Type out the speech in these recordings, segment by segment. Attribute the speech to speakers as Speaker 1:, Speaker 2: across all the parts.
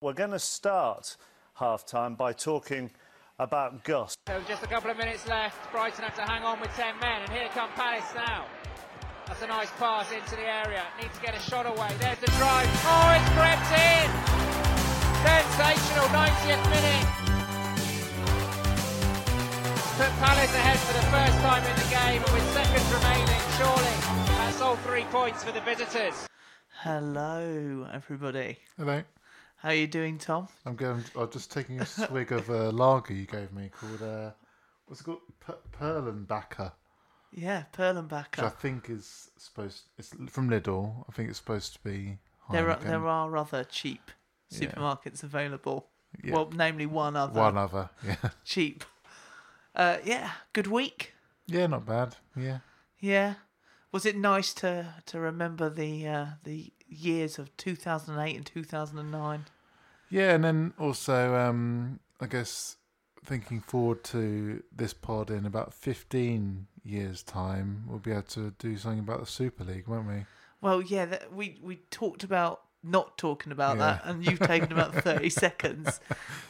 Speaker 1: We're going to start half time by talking about Gus.
Speaker 2: So just a couple of minutes left. Brighton have to hang on with 10 men, and here come Palace now. That's a nice pass into the area. Need to get a shot away. There's the drive. Oh, it's crept in! Sensational 90th minute. Put Palace ahead for the first time in the game, and with seconds remaining, surely that's all three points for the visitors.
Speaker 3: Hello, everybody.
Speaker 4: Hello.
Speaker 3: How you doing, Tom?
Speaker 4: I'm going. I'm just taking a swig of a lager you gave me called uh, what's it called? P- Perlenbacher,
Speaker 3: Yeah,
Speaker 4: which I
Speaker 3: Perlenbacher.
Speaker 4: think is supposed. It's from Lidl. I think it's supposed to be.
Speaker 3: There are
Speaker 4: Heineken.
Speaker 3: there are other cheap
Speaker 4: Yeah.
Speaker 3: supermarkets available.
Speaker 4: Yeah.
Speaker 3: Well, namely one other
Speaker 4: one other. Yeah.
Speaker 3: cheap. Uh, yeah, good week.
Speaker 4: Yeah, not bad. Yeah.
Speaker 3: Yeah, was it nice to to remember the uh, the years of 2008 and 2009?
Speaker 4: Yeah, and then also, um, I guess thinking forward to this pod in about 15 years' time, we'll be able to do something about the Super League, won't we?
Speaker 3: Well, yeah, that, we we talked about not talking about
Speaker 4: Yeah.
Speaker 3: that, and you've taken about 30 seconds.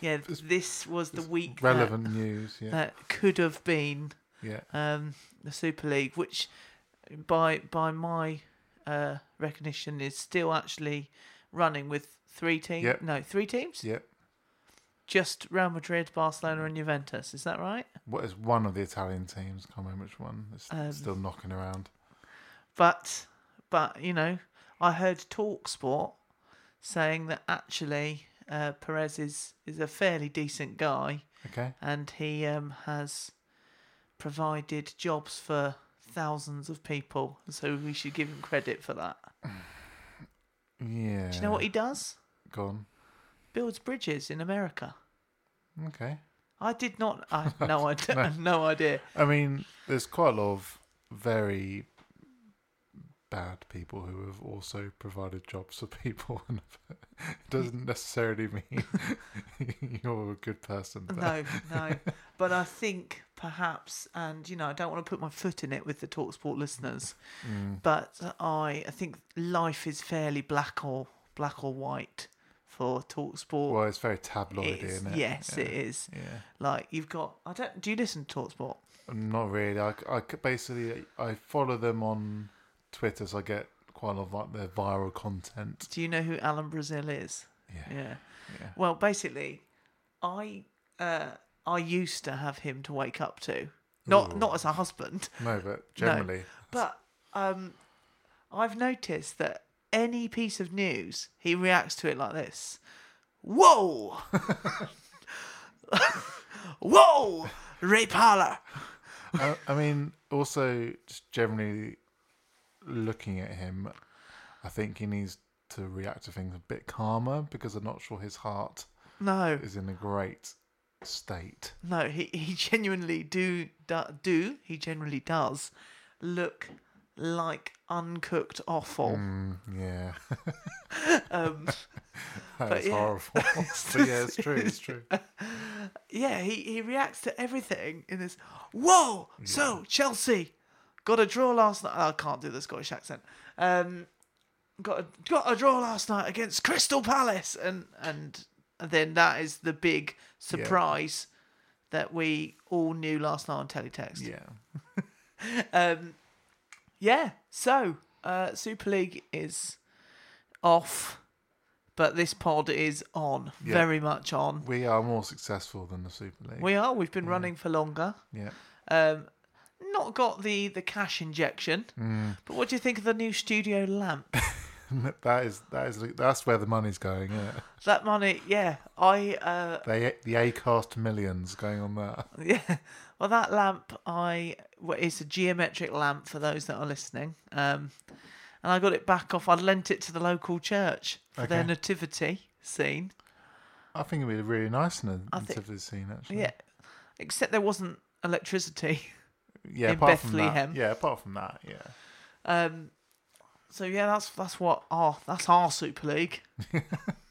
Speaker 3: Yeah, this was the week that-
Speaker 4: Relevant news. Yeah.
Speaker 3: that could have been.
Speaker 4: yeah.
Speaker 3: um, the Super League, which by by my uh, recognition is still actually running with three teams.
Speaker 4: Yep. Mm-hmm.
Speaker 3: No, three teams.
Speaker 4: Yeah.
Speaker 3: Just Real Madrid, Barcelona, and Juventus. Is that right?
Speaker 4: What is one of the Italian teams? Can't remember which one. It's
Speaker 3: Um,
Speaker 4: still knocking around.
Speaker 3: But but you know, I heard Talksport saying that actually uh, Perez is is a fairly decent guy,
Speaker 4: Okay.
Speaker 3: and he um, has provided jobs for thousands of people. So we should give him credit for that.
Speaker 4: Yeah.
Speaker 3: Do you know what he does?
Speaker 4: Gone.
Speaker 3: builds bridges in America.
Speaker 4: Okay.
Speaker 3: I did not. I had no idea. no. no idea.
Speaker 4: I mean, there's quite a lot of very bad people who have also provided jobs for people, and it doesn't necessarily mean you're a good person. But
Speaker 3: No, no. But I think perhaps, and you know, I don't want to put my foot in it with the Talksport listeners,
Speaker 4: Mm.
Speaker 3: but I, I think life is fairly black or black or white for Talksport.
Speaker 4: Well, it's very tabloid,
Speaker 3: It is-
Speaker 4: isn't it?
Speaker 3: Yes,
Speaker 4: yeah.
Speaker 3: it is.
Speaker 4: Yeah.
Speaker 3: Like you've got. I don't. Do you listen to Talksport?
Speaker 4: Not really. I, I c- basically I follow them on Twitter, so I get quite a lot of like their viral content.
Speaker 3: Do you know who Alan Brazil is?
Speaker 4: Yeah.
Speaker 3: Yeah.
Speaker 4: Yeah.
Speaker 3: Well, basically, I uh, I used to have him to wake up to. Not
Speaker 4: Ooh.
Speaker 3: not as a husband,
Speaker 4: No, but generally,
Speaker 3: but um, I've noticed that any piece of news, he reacts to it like this. Whoa! Whoa! Ray Parler.
Speaker 4: I, I mean, also just generally looking at him, I think he needs to react to things a bit calmer because I'm not sure his heart
Speaker 3: No,
Speaker 4: is in a great state.
Speaker 3: no, he, he genuinely do, do do he generally does look like uncooked offal.
Speaker 4: Mm, yeah,
Speaker 3: Um,
Speaker 4: that's
Speaker 3: yeah.
Speaker 4: horrible. but yeah, it's true. It's true.
Speaker 3: Yeah, he, he reacts to everything in this. Whoa! So Chelsea got a draw last night. Oh, I can't do the Scottish accent. Um, got a, got a draw last night against Crystal Palace, and and then that is the big surprise that we all knew last night on teletext.
Speaker 4: Yeah,
Speaker 3: Um, yeah. So uh, Super League is off, but this pod is on,
Speaker 4: Yeah.
Speaker 3: very much on.
Speaker 4: we are more successful than the Super League.
Speaker 3: We are. We've
Speaker 4: Mm.
Speaker 3: been running for longer.
Speaker 4: yeah,
Speaker 3: Um, not got the the cash injection,
Speaker 4: Mm.
Speaker 3: but what do you think of the new studio lamp?
Speaker 4: that is that is that's where the money's going. Isn't it?
Speaker 3: that money, yeah, I uh,
Speaker 4: They the Acast millions going on there.
Speaker 3: yeah. Well, that lamp, I well, it's a geometric lamp for those that are listening. Um, and I got it back off. I lent it to the local church for their
Speaker 4: Okay.
Speaker 3: nativity scene.
Speaker 4: I think it'd be really nice in a
Speaker 3: I think-
Speaker 4: nativity scene actually.
Speaker 3: Yeah, except there wasn't electricity.
Speaker 4: yeah.
Speaker 3: in
Speaker 4: apart from
Speaker 3: Bethlehem.
Speaker 4: that, yeah, apart from that, yeah.
Speaker 3: Um, so yeah, that's that's what our that's our Super League.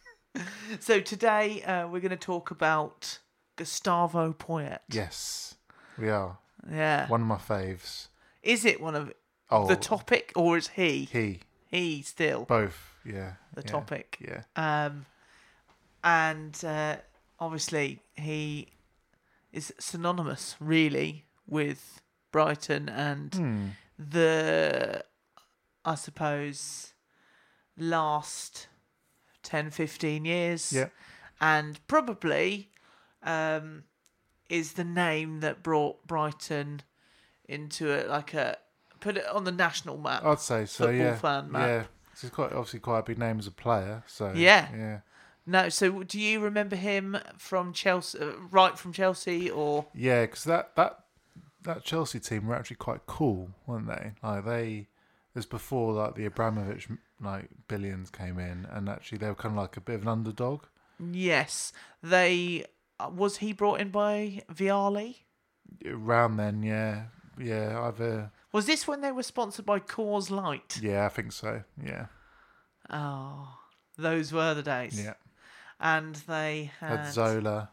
Speaker 3: so today uh, we're going to talk about Gustavo Poyet.
Speaker 4: Yes, we are.
Speaker 3: Yeah.
Speaker 4: One of my faves.
Speaker 3: Is it one of
Speaker 4: Oh,
Speaker 3: the topic or is he
Speaker 4: He,
Speaker 3: he still
Speaker 4: both. Yeah.
Speaker 3: the
Speaker 4: yeah,
Speaker 3: topic? Uh,
Speaker 4: Yeah.
Speaker 3: Um, and uh, obviously he is synonymous, really, with Brighton and the, I suppose, last 10, 15 years.
Speaker 4: Yeah.
Speaker 3: And probably um, is the name that brought Brighton into it, like a, put it on the national map.
Speaker 4: I'd say so.
Speaker 3: Football
Speaker 4: yeah,
Speaker 3: fan, Matt.
Speaker 4: yeah. 'Cause He's quite obviously quite a big name as a player. So
Speaker 3: Yeah.
Speaker 4: yeah,
Speaker 3: No, so do you remember him from Chelsea, uh, right from Chelsea, or
Speaker 4: yeah. Because that that that Chelsea team were actually quite cool, weren't they? Like they, it's before like the Abramovich like billions came in, and actually they were kind of like a bit of an underdog.
Speaker 3: yes, they uh, was he brought in by Viali?
Speaker 4: Around then, yeah, yeah. Either
Speaker 3: Was this when they were sponsored by Cause Light?
Speaker 4: yeah, I think so. Yeah,
Speaker 3: Oh, those were the days.
Speaker 4: yeah.
Speaker 3: and they had.
Speaker 4: Had Zola,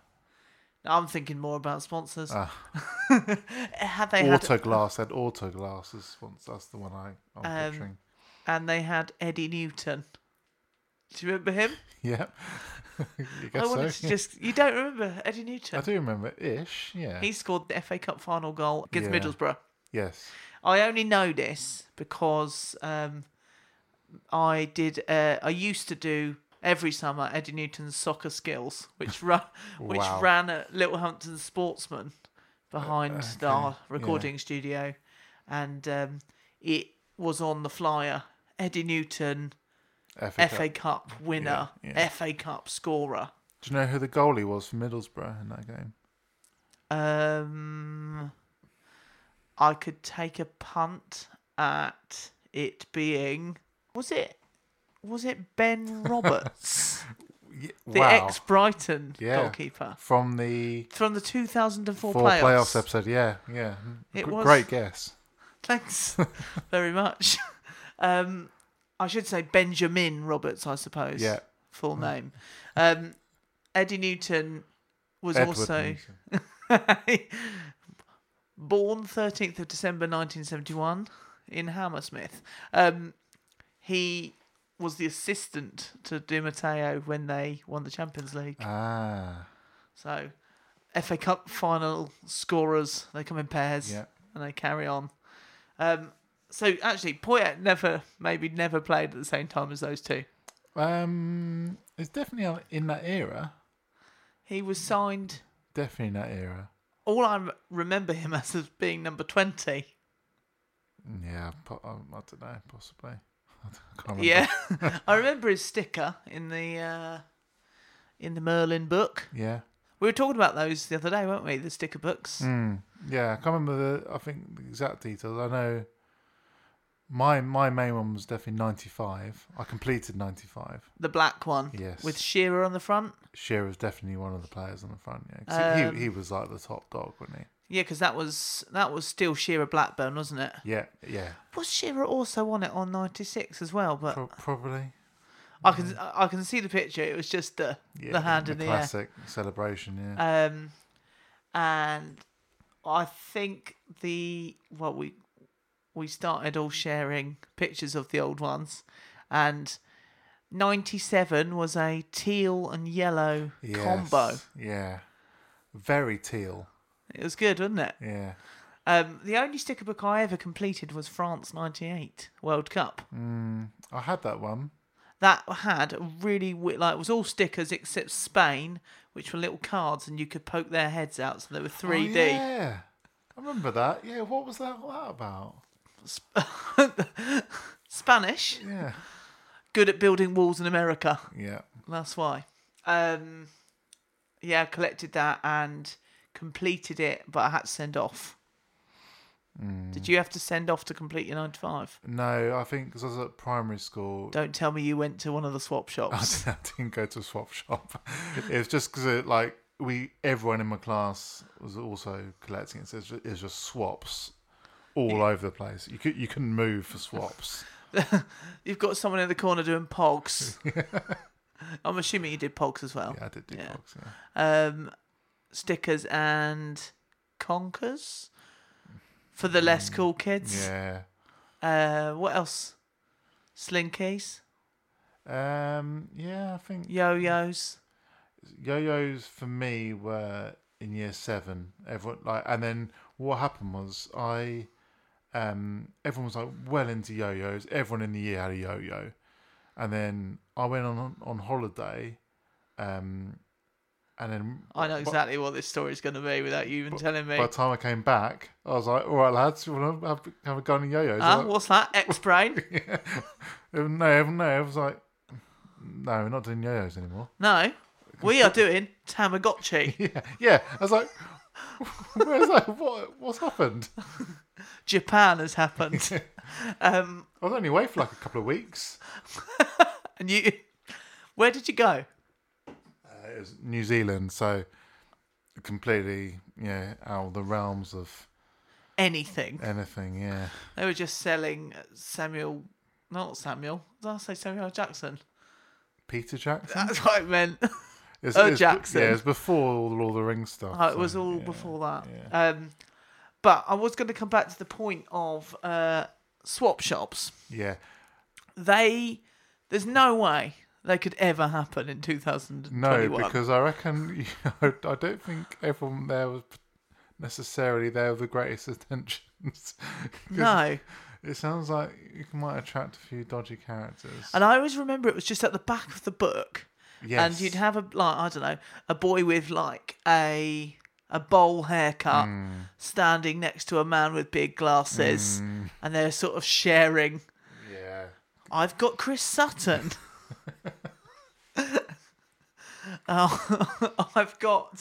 Speaker 3: I'm thinking more about sponsors.
Speaker 4: Ah.
Speaker 3: had they had
Speaker 4: Autoglass. Had Autoglass as once. That's the one I, I'm
Speaker 3: Um,
Speaker 4: picturing.
Speaker 3: and they had Eddie Newton. Do you remember him?
Speaker 4: Yeah, You guess
Speaker 3: I wanted to
Speaker 4: so.
Speaker 3: just. You don't remember Eddie Newton?
Speaker 4: I do remember ish. Yeah.
Speaker 3: He scored the FA Cup final goal against
Speaker 4: Yeah.
Speaker 3: Middlesbrough.
Speaker 4: Yes.
Speaker 3: I only know this because um, I did. Uh, I used to do every summer Eddie Newton's soccer skills, which ran, which
Speaker 4: Wow. Uh,
Speaker 3: ran at Littlehampton Sportsman behind our recording studio, and um, it was on the flyer. Eddie Newton,
Speaker 4: FA.
Speaker 3: FA Cup winner,
Speaker 4: Yeah, yeah.
Speaker 3: FA Cup scorer.
Speaker 4: Do you know who the goalie was for Middlesbrough in that game?
Speaker 3: Um, I could take a punt at it being was it was it Ben Roberts, the ex Brighton
Speaker 4: Yeah.
Speaker 3: goalkeeper
Speaker 4: From the
Speaker 3: from the 2004
Speaker 4: four
Speaker 3: playoffs.
Speaker 4: playoffs. episode. Yeah, yeah.
Speaker 3: It
Speaker 4: Gr-
Speaker 3: was-
Speaker 4: Great guess.
Speaker 3: Thanks very much. Um, I should say Benjamin Roberts, I suppose.
Speaker 4: Yeah. Mm.
Speaker 3: full name. Um, Eddie Newton was
Speaker 4: Edward
Speaker 3: also.
Speaker 4: Newton.
Speaker 3: Born 13th of December 1971 in Hammersmith. Um, he was the assistant to Di Matteo when they won the Champions League.
Speaker 4: Ah,
Speaker 3: So, FA Cup final scorers, they come in pairs
Speaker 4: Yeah.
Speaker 3: and they carry on. Um, so, actually, Poyet never, maybe never played at the same time as those two.
Speaker 4: um, it's definitely in that era.
Speaker 3: He was signed,
Speaker 4: Definitely in that era.
Speaker 3: all I remember him as is being number 20.
Speaker 4: Yeah, po- um, I don't know, possibly. I can't remember.
Speaker 3: Yeah, I remember his sticker in the uh, in the Merlin book.
Speaker 4: yeah,
Speaker 3: We were talking about those the other day, weren't we? The sticker books.
Speaker 4: Mm, yeah. I can't remember the. I think the exact details. I know. My my main one was definitely ninety five. I completed ninety five.
Speaker 3: The black one,
Speaker 4: Yes.
Speaker 3: with Shearer on the front.
Speaker 4: Shearer was definitely one of the players on the front. Yeah, 'Cause
Speaker 3: Um,
Speaker 4: he- he, he was like the top dog, wasn't
Speaker 3: Yeah, because that was that was still Shearer Blackburn, wasn't it?
Speaker 4: he? Yeah, yeah,
Speaker 3: Was Shearer also on it on '96 as well? But
Speaker 4: pro- probably.
Speaker 3: I can I can see the picture. It was just the
Speaker 4: Yeah,
Speaker 3: the hand in the air.
Speaker 4: classic celebration. Yeah,
Speaker 3: Um, and I think the well, we we started all sharing pictures of the old ones, and ninety seven was a teal and yellow combo.
Speaker 4: Yes, Yeah, very teal.
Speaker 3: It was good, wasn't it?
Speaker 4: Yeah,
Speaker 3: Um, the only sticker book I ever completed was France ninety eight World Cup.
Speaker 4: Mm. I had that one.
Speaker 3: That had a really wi- like it was all stickers except Spain, which were little cards, and you could poke their heads out, so they were
Speaker 4: Oh,
Speaker 3: three D.
Speaker 4: yeah, I remember that. Yeah, what was that, that about?
Speaker 3: Spanish,
Speaker 4: Yeah,
Speaker 3: good at building walls in America.
Speaker 4: yeah.
Speaker 3: That's why. Um, yeah, I collected that and completed it, but I had to send off.
Speaker 4: Mm.
Speaker 3: Did you have to send off to complete your nine to five?
Speaker 4: No, I think because I was at primary school,
Speaker 3: Don't tell me you went to one of the swap
Speaker 4: I
Speaker 3: shops.
Speaker 4: didn't, I didn't go to a swap shop. it was just because it like we everyone in my class was also collecting it. So it's just, it's just swaps all over the place. You could you couldn't move for swaps.
Speaker 3: You've got someone in the corner doing pogs. I'm assuming you did pogs as well.
Speaker 4: Yeah, I did do box. Yeah.
Speaker 3: Um, stickers and conkers for the less cool kids.
Speaker 4: Mm. yeah.
Speaker 3: Uh, what else? Slinkies,
Speaker 4: Um, yeah, I think
Speaker 3: yo-yos.
Speaker 4: yo-yos for me were in year seven. Everyone like, and then what happened was I, um, everyone was like well into yo-yos. Everyone in the year had a yo-yo, and then I went on on holiday, um, and then
Speaker 3: I know
Speaker 4: bu-
Speaker 3: exactly what this story's going to be without you even telling me.
Speaker 4: By the time I came back, I was like, "All right, lads, you want to have, have a go on the yo-yos?"
Speaker 3: Ah,
Speaker 4: Like,
Speaker 3: what's that? X brain?
Speaker 4: everyone- no, everyone, no. I was like, "No, we're not doing yo-yos anymore."
Speaker 3: No, we are doing Tamagotchi.
Speaker 4: Yeah, yeah. I was like, "Where's that? What? What's happened?"
Speaker 3: Japan has happened, um,
Speaker 4: I was only away for like a couple of weeks.
Speaker 3: and you. Where did you go?
Speaker 4: Uh, it was New Zealand, so completely, yeah, out of the realms of
Speaker 3: Anything?
Speaker 4: anything. Yeah,
Speaker 3: They were just selling Samuel, not Samuel. Did I say Samuel Jackson?
Speaker 4: Peter Jackson.
Speaker 3: That's what I meant.
Speaker 4: It's,
Speaker 3: Oh,
Speaker 4: it's-
Speaker 3: Uh, Jackson.
Speaker 4: Yeah, it's before all the Lord of the Rings stuff.
Speaker 3: Oh, it was
Speaker 4: so,
Speaker 3: all
Speaker 4: yeah.
Speaker 3: before that. Um, but I was going to come back to the point of uh, swap shops.
Speaker 4: Yeah.
Speaker 3: They, there's no way they could ever happen in 2021.
Speaker 4: No, because I reckon you know, I don't think everyone there was necessarily there with the greatest intentions. 'Cause
Speaker 3: no.
Speaker 4: it sounds like you might attract a few dodgy characters.
Speaker 3: And I always remember it was just at the back of the book,
Speaker 4: yes,
Speaker 3: and you'd have a like I don't know a boy with like a a bowl haircut
Speaker 4: Mm.
Speaker 3: standing next to a man with big glasses,
Speaker 4: Mm.
Speaker 3: and they're sort of sharing.
Speaker 4: yeah,
Speaker 3: I've got Chris Sutton. oh, I've got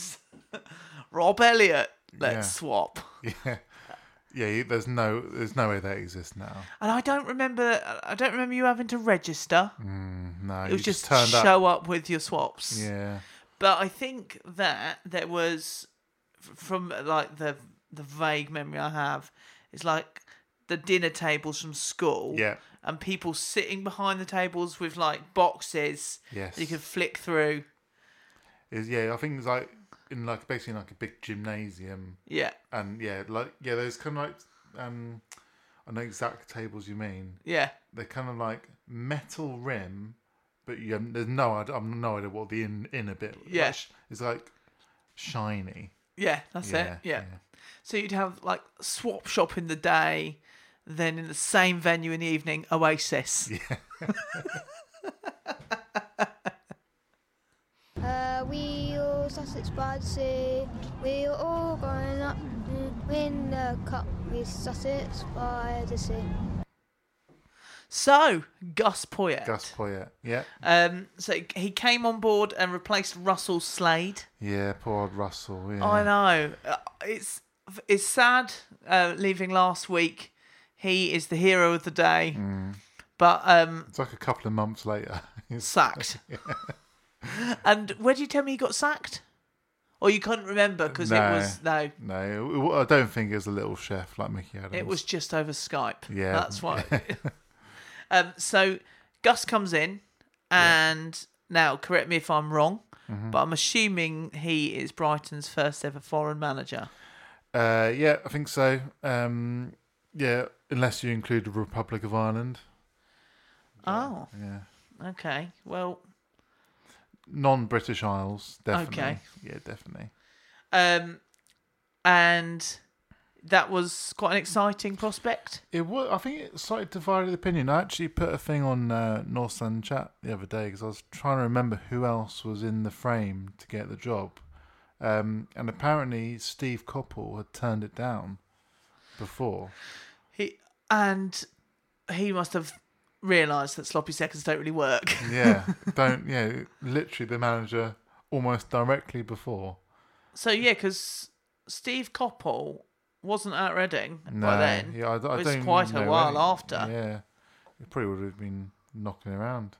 Speaker 3: Rob Elliott. Let's
Speaker 4: Yeah.
Speaker 3: swap.
Speaker 4: yeah, yeah. you- There's no, there's no way that exists now.
Speaker 3: And I don't remember. I don't remember you having to register.
Speaker 4: No,
Speaker 3: it was just,
Speaker 4: Mm, turned up.
Speaker 3: show up. with your swaps.
Speaker 4: Yeah,
Speaker 3: But I think that there was, f- from like the the vague memory I have, it's like the dinner tables from school.
Speaker 4: Yeah.
Speaker 3: And people sitting behind the tables with like boxes
Speaker 4: Yes.
Speaker 3: that you could flick through.
Speaker 4: It's- yeah. I think it's like in like basically like a big gymnasium,
Speaker 3: Yeah.
Speaker 4: and yeah, like yeah, there's kind of like um, I know exact tables you mean.
Speaker 3: Yeah.
Speaker 4: they're kind of like metal rim, but you haven't- there's no idea, I've no idea what the in, inner bit.
Speaker 3: Yeah.
Speaker 4: Like, it's like shiny.
Speaker 3: Yeah. That's
Speaker 4: Yeah,
Speaker 3: it. Yeah. So you'd have like swap shop in the day, then in the same venue in the evening, Oasis.
Speaker 5: Uh, we all Sussex buds, eh, we are all growing up. mm, Win the cup, we Sussex buds, eh.
Speaker 3: So Gus Poyet.
Speaker 4: Gus Poyet. Yeah.
Speaker 3: Um. So he came on board and replaced Russell Slade.
Speaker 4: Yeah, poor old Russell. Yeah.
Speaker 3: I know. Uh, It's it's sad uh, leaving last week. He is the hero of the day,
Speaker 4: Mm.
Speaker 3: but um,
Speaker 4: It's like a couple of months later. It's-
Speaker 3: sacked. and where did you tell me he got sacked? Or you couldn't remember because it
Speaker 4: No.
Speaker 3: was no.
Speaker 4: no, it wa- I don't think it was a little chef like Mickey Adams.
Speaker 3: It was just over Skype.
Speaker 4: Yeah.
Speaker 3: that's why. um, so Gus comes in, and now correct me if I'm wrong,
Speaker 4: Mm-hmm.
Speaker 3: but I'm assuming he is Brighton's first ever foreign manager.
Speaker 4: Uh, yeah, I think so. Um, yeah, unless you include the Republic of Ireland.
Speaker 3: Oh,
Speaker 4: Yeah.
Speaker 3: okay. Well,
Speaker 4: Non British Isles, definitely.
Speaker 3: Okay.
Speaker 4: Yeah, definitely.
Speaker 3: Um, and that was quite an exciting prospect.
Speaker 4: It was. I think it slightly divided opinion. I actually put a thing on uh, Northland Chat the other day because I was trying to remember who else was in the frame to get the job, um, and apparently Steve Coppell had turned it down before.
Speaker 3: He and he must have realised that sloppy seconds don't really work.
Speaker 4: Yeah, don't. Yeah, literally the manager almost directly before.
Speaker 3: so yeah, because Steve Coppell wasn't at Reading
Speaker 4: No,
Speaker 3: by then.
Speaker 4: yeah, I, I
Speaker 3: it was
Speaker 4: don't
Speaker 3: quite a
Speaker 4: know
Speaker 3: while
Speaker 4: any-
Speaker 3: after.
Speaker 4: Yeah, he probably would have been knocking around.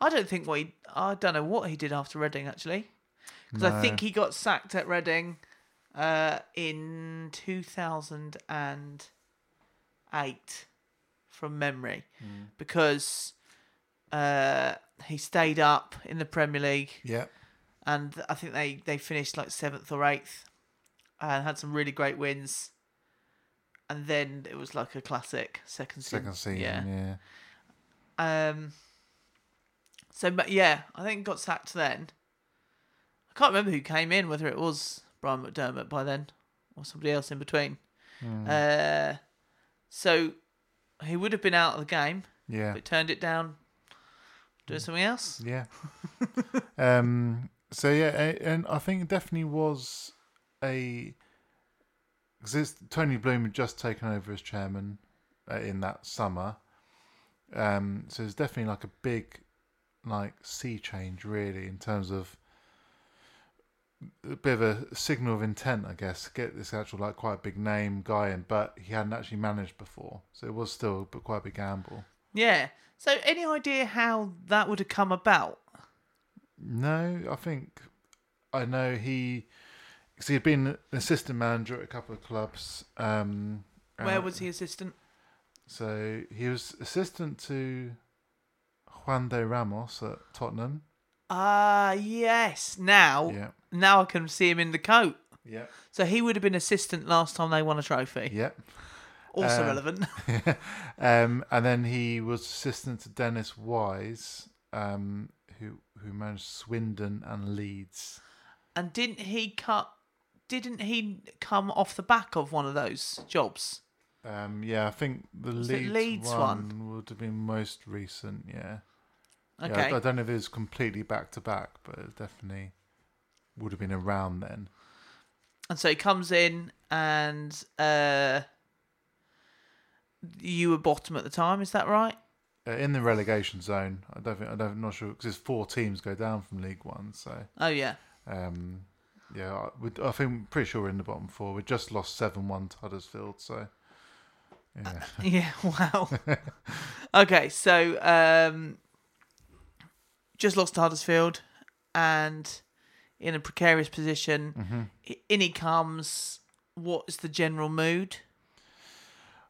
Speaker 3: I don't think what he, I don't know what he did after Reading actually, because I think he got sacked at Reading uh, in two thousand and eight, from memory,
Speaker 4: Hmm.
Speaker 3: because uh, he stayed up in the Premier League,
Speaker 4: Yeah,
Speaker 3: and I think they they finished like seventh or eighth, and had some really great wins. And then it was like a classic second season.
Speaker 4: second season. Yeah,
Speaker 3: Um. So but yeah, I think got sacked then, Can't remember who came in, whether it was Brian McDermott by then or somebody else in between.
Speaker 4: Hmm.
Speaker 3: Uh, so he would have been out of the game,
Speaker 4: Yeah. Hmm.
Speaker 3: but turned it down, doing something else.
Speaker 4: Yeah. um. So yeah, a- and I think it definitely was a because Tony Bloom had just taken over as chairman uh, in that summer. Um. So it's definitely like a big, like sea change really in terms of a bit of a signal of intent, I guess. Get this actual like quite a big name guy in, but he hadn't actually managed before, so it was still but quite a big gamble.
Speaker 3: Yeah. So any idea how that would have come about?
Speaker 4: No, I think I know he because he'd been an assistant manager at a couple of clubs. Um,
Speaker 3: Where
Speaker 4: and-
Speaker 3: was he assistant?
Speaker 4: So he was assistant to Juan de Ramos at Tottenham.
Speaker 3: Ah, yes. Now,
Speaker 4: Yeah,
Speaker 3: now I can see him in the coat.
Speaker 4: yeah,
Speaker 3: So he would have been assistant last time they won a trophy.
Speaker 4: yeah.
Speaker 3: Also
Speaker 4: Uh,
Speaker 3: relevant.
Speaker 4: um, and then he was assistant to Dennis Wise, um, who who managed Swindon and Leeds.
Speaker 3: and didn't he cut? Didn't he come off the back of one of those jobs?
Speaker 4: Um, yeah, I think the
Speaker 3: it
Speaker 4: Leeds,
Speaker 3: Leeds
Speaker 4: one,
Speaker 3: one?
Speaker 4: would have been most recent. Yeah. Yeah, I-
Speaker 3: Okay.
Speaker 4: I, don't know if it was completely back to back, but it definitely would have been around then.
Speaker 3: And so he comes in, and uh, you were bottom at the time. Is that right?
Speaker 4: Uh, in the relegation zone, I don't think I don't, I'm not sure because there's four teams go down from League One, so
Speaker 3: Oh yeah.
Speaker 4: um, yeah, I, would, I think I'm pretty sure we're in the bottom four. We just lost seven one to Huddersfield, so yeah,
Speaker 3: Yeah. Wow. okay. So um, just lost to Huddersfield, and in a precarious position.
Speaker 4: Mm-hmm.
Speaker 3: I- In he comes. What's the general mood?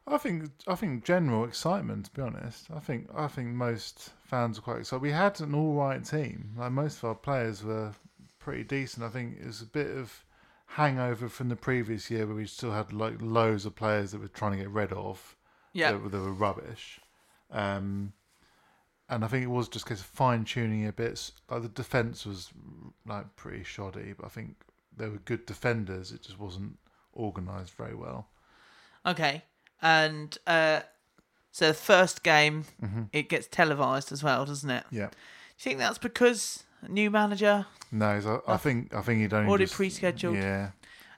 Speaker 4: I think I think general excitement. To be honest, I think I think most fans are quite excited. We had an all right team. Like most of our players were pretty decent. I think it was a bit of hangover from the previous year where we still had like loads of players that we're trying to get rid of.
Speaker 3: Yeah.
Speaker 4: that, were- that were rubbish. Um, and I think it was just a case of fine tuning a bit. S- Like the defense was like pretty shoddy, but I think they were good defenders. It just wasn't organized very well.
Speaker 3: Okay. And uh, so the first game,
Speaker 4: Mm-hmm.
Speaker 3: it gets televised as well, doesn't it? Do
Speaker 4: Yeah.
Speaker 3: you think that's because new manager,
Speaker 4: No, so I, I think I think he'd only
Speaker 3: Already
Speaker 4: just-
Speaker 3: pre-scheduled.
Speaker 4: Yeah,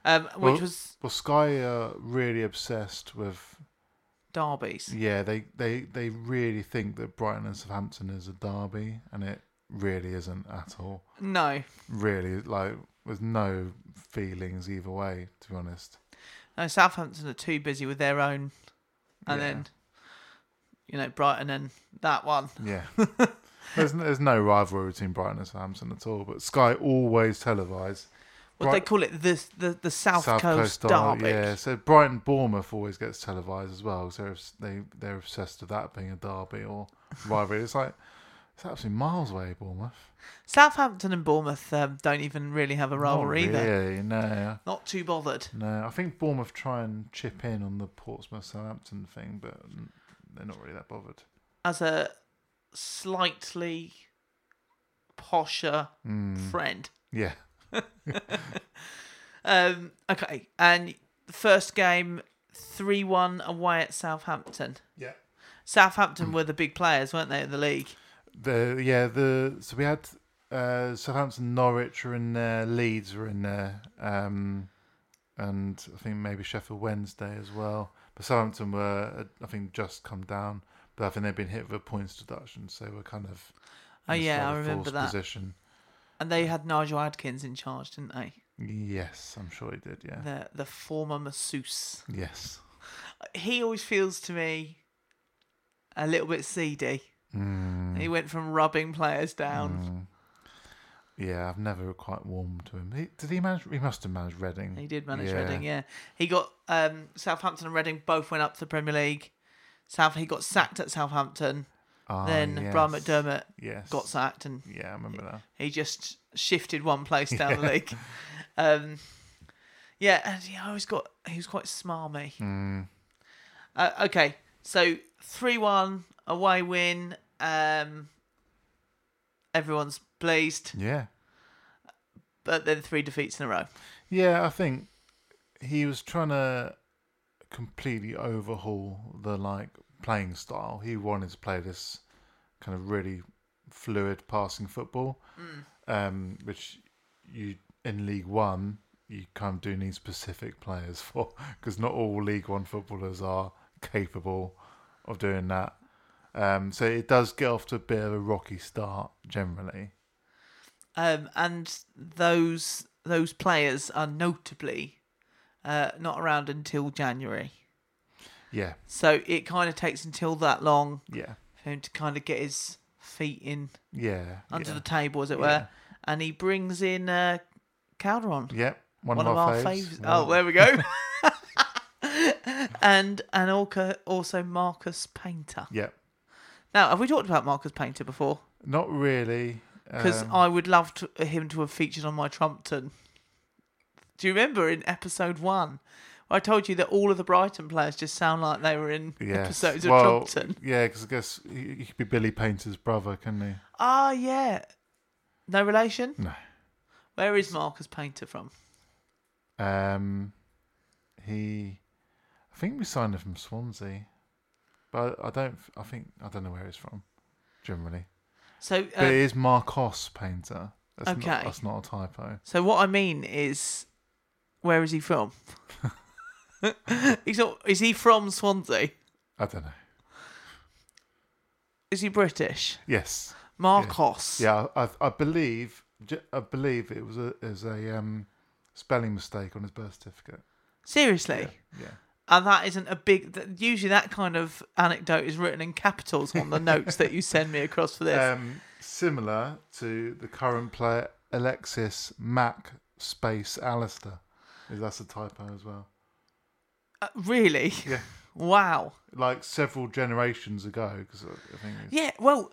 Speaker 3: um, which
Speaker 4: Well-
Speaker 3: was
Speaker 4: well, Sky are really obsessed with.
Speaker 3: Derby's.
Speaker 4: Yeah, they they they really think that Brighton and Southampton is a derby, and it really isn't at all.
Speaker 3: No.
Speaker 4: Really, like with no feelings either way. To be honest,
Speaker 3: No, Southampton are too busy with their own. And
Speaker 4: Yeah.
Speaker 3: then, you know, Brighton and that one.
Speaker 4: yeah. there's there's no rivalry between Brighton and Southampton at all, but Sky always televised.
Speaker 3: What
Speaker 4: Bri-
Speaker 3: they call it? The the, the South, Coast,
Speaker 4: Derby,
Speaker 3: Derby.
Speaker 4: Yeah, so Brighton Bournemouth always gets televised as well. So they they're obsessed with that being a derby or rivalry. It's like it's absolutely miles away, Bournemouth.
Speaker 3: Southampton and Bournemouth um, don't even really have a rivalry
Speaker 4: Not
Speaker 3: either.
Speaker 4: really, no,
Speaker 3: Not too bothered.
Speaker 4: no. I think Bournemouth try and chip in on the Portsmouth Southampton thing, but they're not really that bothered.
Speaker 3: as a slightly posher
Speaker 4: Hmm.
Speaker 3: friend.
Speaker 4: Yeah,
Speaker 3: Um, okay, and the first game, 3 1 away at Southampton.
Speaker 4: yeah.
Speaker 3: Southampton
Speaker 4: Hmm.
Speaker 3: were the big players, weren't they, in the league?
Speaker 4: The yeah the so we had uh, Southampton, Norwich were in there, Leeds were in there, um, and I think maybe Sheffield Wednesday as well. But Southampton were uh, I think just come down, but I think they've been hit with a points deduction, so we're kind of
Speaker 3: Oh,
Speaker 4: in a
Speaker 3: yeah, I
Speaker 4: slightly
Speaker 3: remember
Speaker 4: forced
Speaker 3: that.
Speaker 4: position.
Speaker 3: And they had Nigel Adkins in charge, didn't they?
Speaker 4: Yes, I'm sure he did. Yeah,
Speaker 3: The, the former masseuse.
Speaker 4: yes,
Speaker 3: He always feels to me a little bit seedy.
Speaker 4: Hmm.
Speaker 3: He went from rubbing players down.
Speaker 4: yeah. I've never quite warmed to him. He, did he manage? He must have managed Reading.
Speaker 3: He did manage Reading, yeah. He got um, Southampton and Reading both went up to the Premier League. South he got sacked at Southampton.
Speaker 4: Ah,
Speaker 3: then
Speaker 4: yes.
Speaker 3: Brian McDermott
Speaker 4: Yes.
Speaker 3: got sacked and
Speaker 4: Yeah, I remember that.
Speaker 3: he just shifted one place down the league. Um, yeah, and he always got he was quite smarmy. Uh, okay, so three one away win. Um, everyone's pleased,
Speaker 4: Yeah.
Speaker 3: but then three defeats in a row.
Speaker 4: Yeah, I think he was trying to completely overhaul the like playing style. He wanted to play this kind of really fluid passing football, um, which you in League One you kind of do need specific players for because not all League One footballers are capable of doing that. Um, so it does get off to a bit of a rocky start generally.
Speaker 3: Um, and those those players are notably uh, not around until January.
Speaker 4: Yeah,
Speaker 3: So it kind of takes until that long
Speaker 4: yeah,
Speaker 3: for him to kind of get his feet in
Speaker 4: yeah.
Speaker 3: under
Speaker 4: yeah.
Speaker 3: the table, as it were.
Speaker 4: Yeah.
Speaker 3: And he brings in uh, Calderon,
Speaker 4: Yep, one,
Speaker 3: one
Speaker 4: of, our, faves.
Speaker 3: faves. Oh, there we go. and and Orca, also Marcus Painter.
Speaker 4: Yep,
Speaker 3: Now, have we talked about Marcus Painter before?
Speaker 4: not really.
Speaker 3: Because
Speaker 4: um,
Speaker 3: I would love to, uh, him to have featured on my Trumpton. Do you remember in episode one? I told you that all of the Brighton players just sound like they were in
Speaker 4: yes.
Speaker 3: episodes of
Speaker 4: well,
Speaker 3: Trumpton.
Speaker 4: Yeah, because I guess he, he could be Billy Painter's brother, couldn't he?
Speaker 3: Ah, yeah. No relation?
Speaker 4: No.
Speaker 3: Where is Marcus Painter from?
Speaker 4: Um, he, I think we signed him from Swansea, but I don't. I think I don't know where he's from. Generally,
Speaker 3: So,
Speaker 4: but it
Speaker 3: um,
Speaker 4: is Marcos Painter. That's Not,
Speaker 3: Okay.
Speaker 4: that's not a typo.
Speaker 3: so what I mean is, where is he from? He's not, is he from Swansea?
Speaker 4: I don't know.
Speaker 3: Is he British?
Speaker 4: Yes.
Speaker 3: Marcos.
Speaker 4: Yeah, I, I believe. ge- I believe it was a is a um, spelling mistake on his birth certificate.
Speaker 3: Seriously?
Speaker 4: Yeah.
Speaker 3: and that isn't a big. th- Usually, that kind of anecdote is written in capitals on the notes that you send me across for this.
Speaker 4: um, similar to the current player Alexis Mac Space Alistair. Is that's a typo as well?
Speaker 3: Uh, really? Wow.
Speaker 4: Like several generations ago, because I think it's,
Speaker 3: Yeah. Well,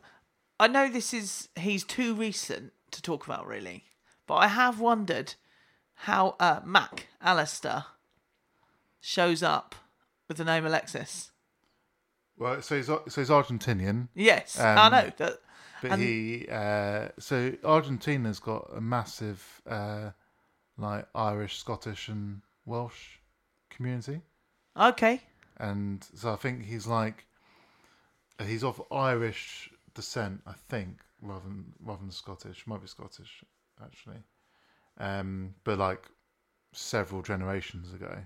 Speaker 3: I know this is he's too recent to talk about really, but I have wondered how uh, Mac Alistair shows up with the name Alexis.
Speaker 4: well, so he's so he's Argentinian,
Speaker 3: Yes, I
Speaker 4: Um,
Speaker 3: know that.
Speaker 4: but
Speaker 3: And-
Speaker 4: he uh, so Argentina's got a massive uh, like Irish, Scottish, and Welsh community.
Speaker 3: Okay.
Speaker 4: and so I think he's like he's of Irish descent, I think, rather than rather than Scottish. Might be Scottish actually, um, but like several generations ago.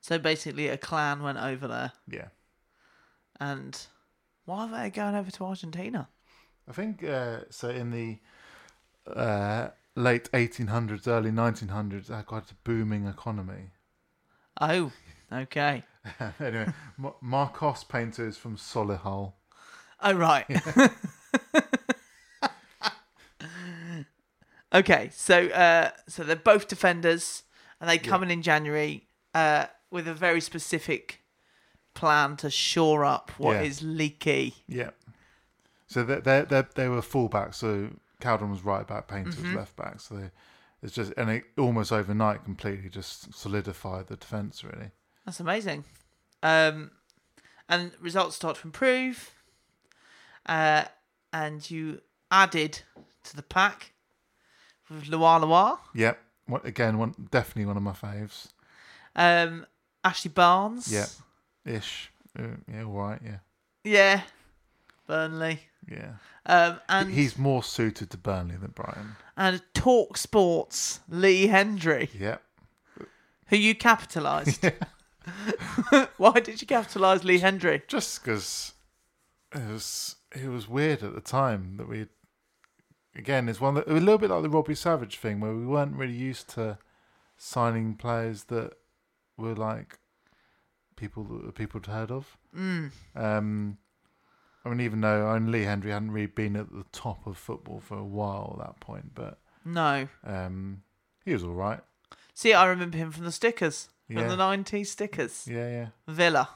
Speaker 3: So basically, a clan went over there,
Speaker 4: Yeah,
Speaker 3: and why are they going over to Argentina?
Speaker 4: I think uh, so. In the uh, late 1800s, early 1900s, had quite a booming economy.
Speaker 3: Oh, okay.
Speaker 4: anyway, Ma- Marcos Painter is from Solihull.
Speaker 3: Oh right. okay, so uh, so they're both defenders, and they come in in January uh, with a very specific plan to shore up what
Speaker 4: Yeah.
Speaker 3: is leaky.
Speaker 4: Yeah. So they they they they were fullbacks. So Cowden was right back, Painter was left back. So they, it's just and it almost overnight completely just solidified the defense really.
Speaker 3: That's amazing. Um, and results start to improve. Uh, and you added to the pack with Loire Loire,
Speaker 4: Yep. What again? One definitely one of my faves.
Speaker 3: um, Ashley Barnes.
Speaker 4: Yeah. Ish. Uh, yeah. All right. Yeah.
Speaker 3: Yeah. Burnley.
Speaker 4: Yeah.
Speaker 3: Um, and
Speaker 4: He's more suited to Burnley than Brighton.
Speaker 3: and Talk Sports Lee Hendry,
Speaker 4: Yep.
Speaker 3: who you capitalised. Why did you capitalise Lee Hendry?
Speaker 4: Just because it was it was weird at the time that we. Again, it's one that, a little bit like the Robbie Savage thing, where we weren't really used to signing players that were like people that people had heard of. Um, I mean, even though only Lee Hendry hadn't really been at the top of football for a while at that point, but
Speaker 3: No.
Speaker 4: um, he was all right.
Speaker 3: See, I remember him from the stickers,
Speaker 4: Yeah.
Speaker 3: from the 90s stickers.
Speaker 4: Yeah, yeah,
Speaker 3: Villa.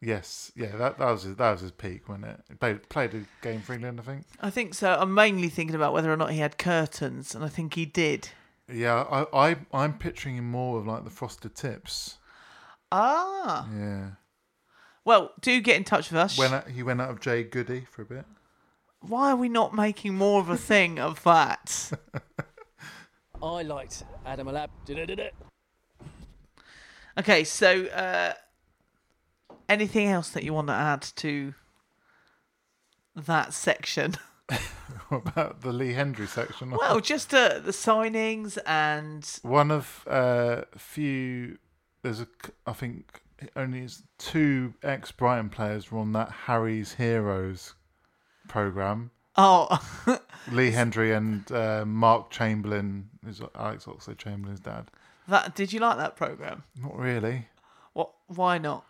Speaker 4: yes, yeah. That that was his, that was his peak, wasn't it? He played played a game for England, I think.
Speaker 3: I think so. I'm mainly thinking about whether or not he had curtains, and I think he did.
Speaker 4: Yeah, I, I I'm picturing him more of like the frosted tips.
Speaker 3: Ah.
Speaker 4: Yeah,
Speaker 3: Well, do get in touch with us.
Speaker 4: went out, he went out of Jay Goody for a bit.
Speaker 3: Why are we not making more of a thing of that?
Speaker 6: I liked Adam Alab. Du-du-du-du.
Speaker 3: Okay, so uh, anything else that you want to add to that section?
Speaker 4: about the Lee Hendry section.
Speaker 3: Well, just uh, the signings and
Speaker 4: one of uh, few. There's a, c- I think only it's two ex Brighton players were on that Harry's Heroes program.
Speaker 3: oh,
Speaker 4: Lee Hendry and uh, Mark Chamberlain, who's Alex Oxlade Chamberlain's dad.
Speaker 3: that did you like that program?
Speaker 4: Not really.
Speaker 3: What? Why not?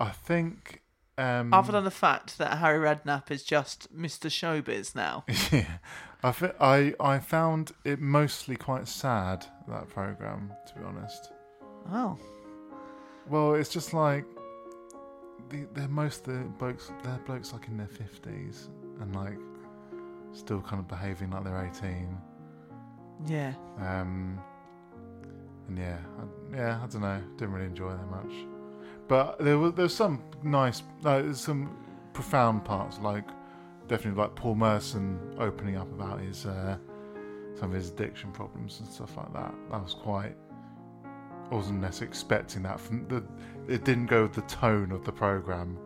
Speaker 4: I think. Um,
Speaker 3: Other than the fact that Harry Redknapp is just Mr. Showbiz now.
Speaker 4: yeah, I, fe- I I found it mostly quite sad that program. To be honest.
Speaker 3: Oh,
Speaker 4: Well, it's just like the, they're most the blokes they're blokes like in their fifties and like still kind of behaving like they're eighteen.
Speaker 3: yeah.
Speaker 4: Um, and yeah, I, yeah, I don't know, didn't really enjoy that much. But there was there's some nice, no, there's some profound parts like definitely like Paul Merson opening up about his uh, some of his addiction problems and stuff like that. That was quite. I wasn't necessarily expecting that from the. It didn't go with the tone of the program.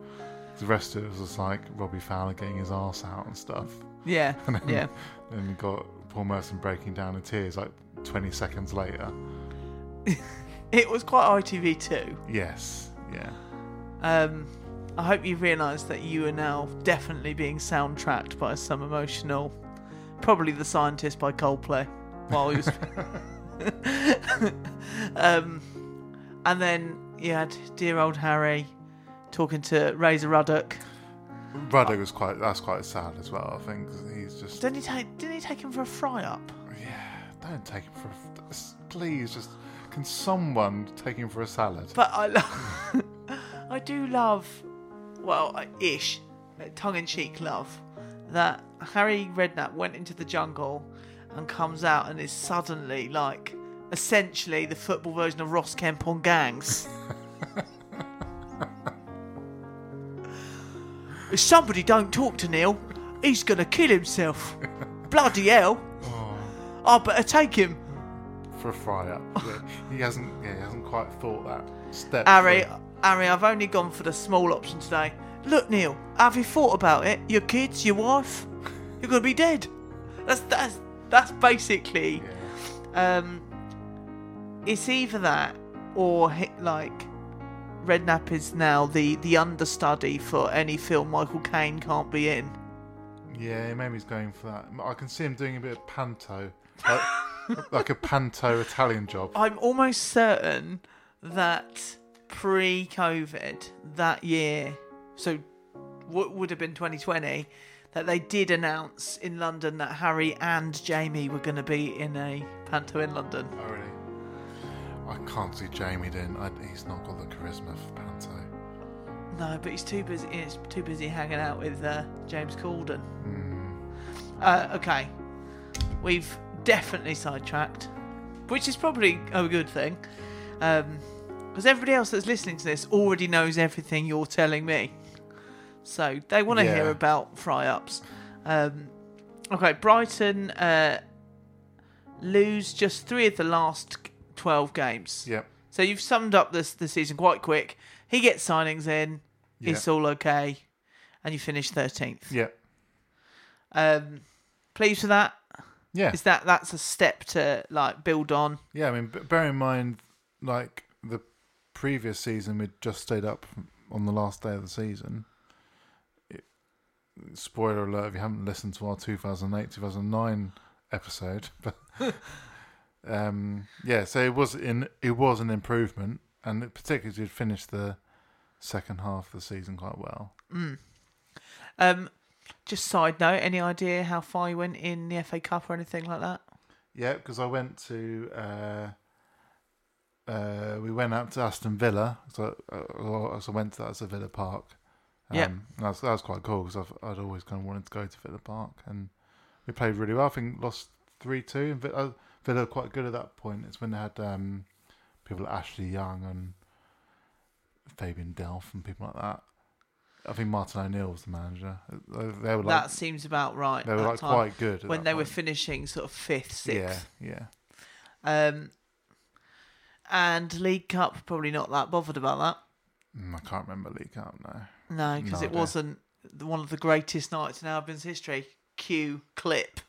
Speaker 4: The rest of it was just like Robbie Fowler getting his arse out and stuff
Speaker 3: Yeah, yeah.
Speaker 4: and you got Paul Merson breaking down in tears like 20 seconds later.
Speaker 3: It was quite ITV too.
Speaker 4: Yes, yeah.
Speaker 3: Um, I hope you realise that you are now definitely being soundtracked by some emotional, probably The Scientist by Coldplay, while he was. um, and then you had dear old Harry talking to Razor Ruddock.
Speaker 4: Ruddock was quite. That's quite sad as well. I think 'cause he's just.
Speaker 3: Didn't he take? Didn't he take him for a fry up?
Speaker 4: Don't take him for. a f- Please, just. Can someone take him for a salad?
Speaker 3: But I, lo- I do love, well, I- ish, tongue in cheek love, that Harry Redknapp went into the jungle and comes out and is suddenly like, essentially the football version of Ross Kemp on gangs. if somebody don't talk to Neil, he's gonna kill himself. Bloody hell! I better take him.
Speaker 4: For a fry up. Yeah. he hasn't. Yeah, he hasn't quite thought that step.
Speaker 3: Harry,
Speaker 4: through.
Speaker 3: Harry, I've only gone for the small option today. Look, Neil, have you thought about it? Your kids, your wife, you're gonna be dead. That's that's that's basically. Um, it's either that or hit like Redknapp is now the the understudy for any film Michael Caine can't be in.
Speaker 4: Yeah, maybe he's going for that. I can see him doing a bit of panto, like, like a panto Italian job. Oh,
Speaker 3: I'm almost certain that pre COVID that year, so what would have been 2020, that they did announce in London that Harry and Jamie were going to be in a panto in London.
Speaker 4: Oh, really? I can't see Jamie doing. I, he's not got the charisma for Panto.
Speaker 3: No, but he's too busy. He's too busy hanging out with uh, James Corden. Uh, okay, we've definitely sidetracked, which is probably a good thing, because everybody else that's listening to this already knows everything you're telling me, so they want to
Speaker 4: Yeah.
Speaker 3: hear about fry ups. Um, okay, Brighton uh, lose just three of the last twelve games.
Speaker 4: Yep.
Speaker 3: So you've summed up this the season quite quick. He gets signings in. It's
Speaker 4: Yeah.
Speaker 3: all okay, and you finish thirteenth.
Speaker 4: Yep.
Speaker 3: Um, pleased with that.
Speaker 4: Yeah.
Speaker 3: Is that that's a step to like build on?
Speaker 4: Yeah. I mean, b- bear in mind, like the previous season, we'd just stayed up on the last day of the season. It, spoiler alert: if you haven't listened to our 2008, 2009 episode, but um, yeah, so it was in it was an improvement, and it particularly did finish the second half of the season quite well.
Speaker 3: Um, just side note, any idea how far you went in the FA Cup or anything like that?
Speaker 4: Yeah, because I went to uh, uh, we went out to Aston Villa, so, uh, so I went to that as a Villa Park.
Speaker 3: Yeah.
Speaker 4: and that was, that was quite cool because I'd always kind of wanted to go to Villa Park, and we played really well. I think lost three two, and Villa, Villa were quite good at that point. It's when they had um, people like Ashley Young and Fabian Delph and people like that. I think Martin O'Neill was the manager. They they were like
Speaker 3: that seems about right.
Speaker 4: they were
Speaker 3: that
Speaker 4: like
Speaker 3: time,
Speaker 4: quite good at
Speaker 3: when
Speaker 4: that
Speaker 3: they were
Speaker 4: point.
Speaker 3: finishing sort of fifth,
Speaker 4: yeah,
Speaker 3: sixth.
Speaker 4: yeah.
Speaker 3: Um, and League Cup probably not that bothered about that.
Speaker 4: Mm, I can't remember League Cup now.
Speaker 3: No, because
Speaker 4: No,
Speaker 3: it
Speaker 4: I don't.
Speaker 3: wasn't the- one of the greatest nights in Albion's history. Cue clip.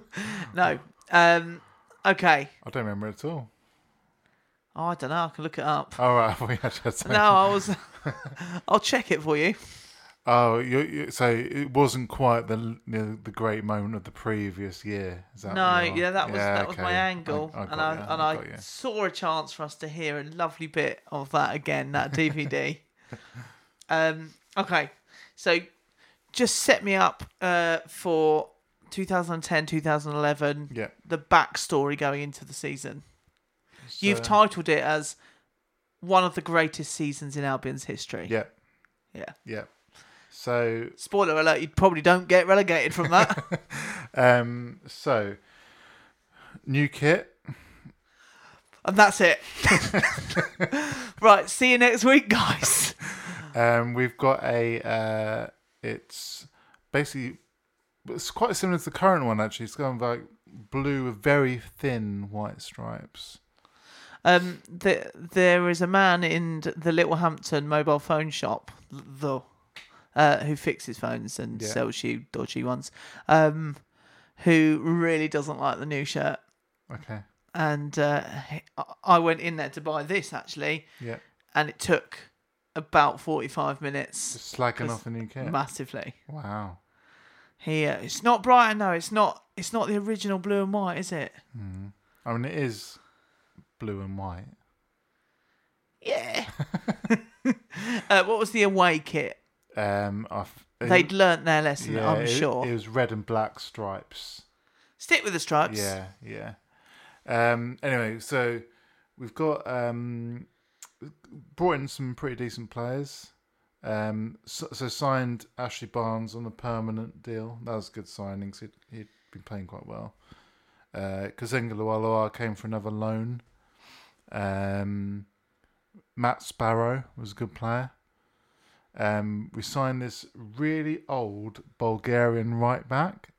Speaker 3: no. Um, okay.
Speaker 4: I don't remember at all.
Speaker 3: Oh, I don't know. I can look it up.
Speaker 4: All right, we had to.
Speaker 3: No, I was. I'll check it for you.
Speaker 4: Oh, you, you, so it wasn't quite the you know, the great moment of the previous year. Is that
Speaker 3: No,
Speaker 4: what you are?
Speaker 3: yeah, that was that was
Speaker 4: okay.
Speaker 3: my angle,
Speaker 4: I, I got
Speaker 3: and I
Speaker 4: you,
Speaker 3: and
Speaker 4: got
Speaker 3: I
Speaker 4: you.
Speaker 3: saw a chance for us to hear a lovely bit of that again, that DVD. um, okay, so just set me up uh, for 2010, 2011,
Speaker 4: Yeah,
Speaker 3: the backstory going into the season. You've
Speaker 4: so-
Speaker 3: titled it as one of the greatest seasons in Albion's history.
Speaker 4: Yeah,
Speaker 3: Yeah.
Speaker 4: yeah. So
Speaker 3: Spoiler alert: you probably don't get relegated from that.
Speaker 4: Um, so, new kit.
Speaker 3: And that's it. right, see you next week, guys.
Speaker 4: Um, we've got a. Uh, it's basically it's quite similar to the current one actually. It's kind of like blue with very thin white stripes.
Speaker 3: Um, the, there is a man in the Littlehampton mobile phone shop, the uh, who fixes phones and
Speaker 4: Yeah.
Speaker 3: sells you dodgy ones, um, who really doesn't like the new shirt.
Speaker 4: Okay.
Speaker 3: And uh, he- I- I went in there to buy this actually,
Speaker 4: Yeah.
Speaker 3: and it took about forty-five minutes,
Speaker 4: Just slacking
Speaker 3: Cause
Speaker 4: off the new kit.
Speaker 3: massively.
Speaker 4: wow.
Speaker 3: He, uh, it's not Brighton, no, it's not. It's not the original blue and white, is it?
Speaker 4: I mean, it is blue and white.
Speaker 3: Yeah. uh, what was the away kit?
Speaker 4: Um, I've,
Speaker 3: They'd learnt their lesson,
Speaker 4: yeah,
Speaker 3: I'm
Speaker 4: it-
Speaker 3: sure.
Speaker 4: it was red and black stripes.
Speaker 3: Stick with the stripes.
Speaker 4: Yeah, yeah. Um, anyway, so we've got um, brought in some pretty decent players. Um, so, so signed Ashley Barnes on a permanent deal. That was a good signing. 'cause He'd, he'd been playing quite well. Uh, Kazenga Lualoa came for another loan. Um, Matt Sparrow was a good player. Um, we signed this really old Bulgarian right back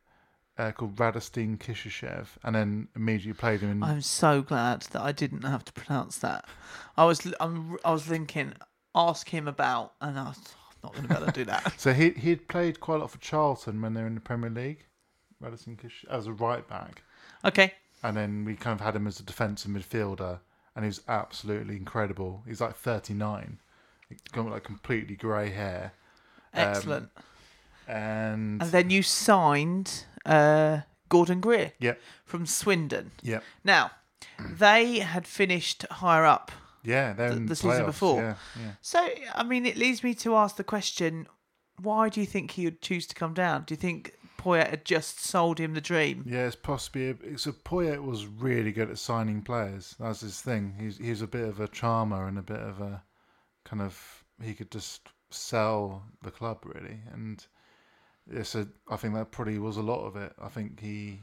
Speaker 4: uh, called Radostin Kishishev, and then immediately played him in.
Speaker 3: I'm so glad that I didn't have to pronounce that. I was I'm, I was thinking, ask him about, and I was, "Oh, I'm not going to be able to do that.
Speaker 4: so he he'd played quite a lot for Charlton when they were in the Premier League. Radostin Kishishev as a right back,
Speaker 3: Okay.
Speaker 4: and then we kind of had him as a defensive midfielder, and he was absolutely incredible. He's like 39, he's got like completely grey hair,
Speaker 3: Excellent.
Speaker 4: and
Speaker 3: and then you signed uh, Gordon Greer
Speaker 4: yep,
Speaker 3: from Swindon.
Speaker 4: yep,
Speaker 3: Now, they had finished higher up.
Speaker 4: yeah, they're
Speaker 3: The-
Speaker 4: in
Speaker 3: the season
Speaker 4: playoffs,
Speaker 3: before.
Speaker 4: Yeah, yeah.
Speaker 3: So, I mean, it leads me to ask the question why do you think he would choose to come down? Do you think Poyet had just sold him the dream?
Speaker 4: Yeah, it's possibly. A, so Poyet was really good at signing players. That's his thing. He's he's a bit of a charmer and a bit of a kind of he could just sell the club really. And yeah, so I think that probably was a lot of it. I think he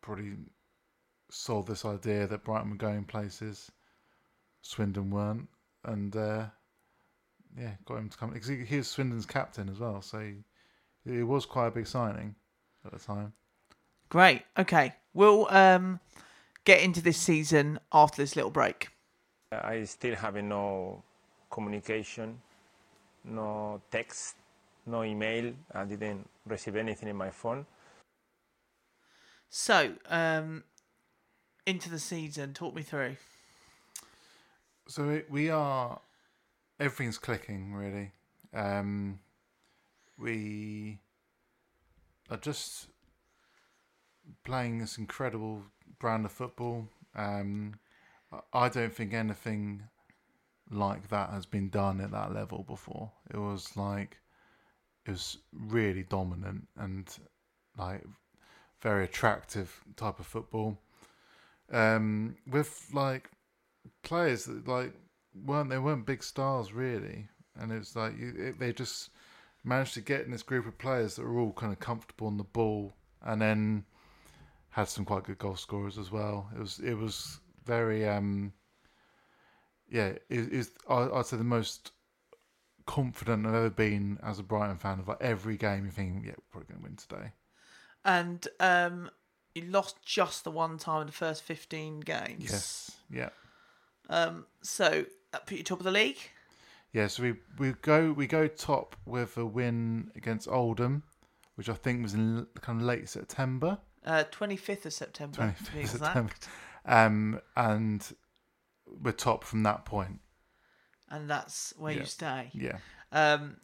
Speaker 4: probably sold this idea that Brighton were going places, Swindon weren't, and uh, yeah, got him to come. 'cause he, he was Swindon's captain as well, so he, he was quite a big signing at the time.
Speaker 3: Great. Okay. We'll um, get into this season after this little break.
Speaker 7: I still having no communication, no text, no email. I didn't receive anything in my phone.
Speaker 3: So, um, into the season, talk me through.
Speaker 4: So it, we are. Everything's clicking really. Um, we are just playing this incredible brand of football. Um, I- I don't think anything like that has been done at that level before. It was like it was really dominant and like very attractive type of football. Um, with like players that like weren't they weren't big stars really, and it was like you, it, they just managed to get in this group of players that were all kind of comfortable on the ball, and then had some quite good goal scorers as well. It was it was very um yeah it, it was I, I'd say the most confident I've ever been as a Brighton fan. Of like every game, you're thinking, yeah, we're probably going to win today.
Speaker 3: And um, you lost just the one time in the first 15 games.
Speaker 4: Yes, yeah,
Speaker 3: So that put you top of the league.
Speaker 4: yeah. So we we go we go top with a win against Oldham, which I think was in l- kind of late September.
Speaker 3: Uh, 25th of September.
Speaker 4: 25th
Speaker 3: to be
Speaker 4: of
Speaker 3: exact.
Speaker 4: September. Um, and we're top from that point.
Speaker 3: And that's where
Speaker 4: Yeah.
Speaker 3: you stay.
Speaker 4: Yeah,
Speaker 3: Um,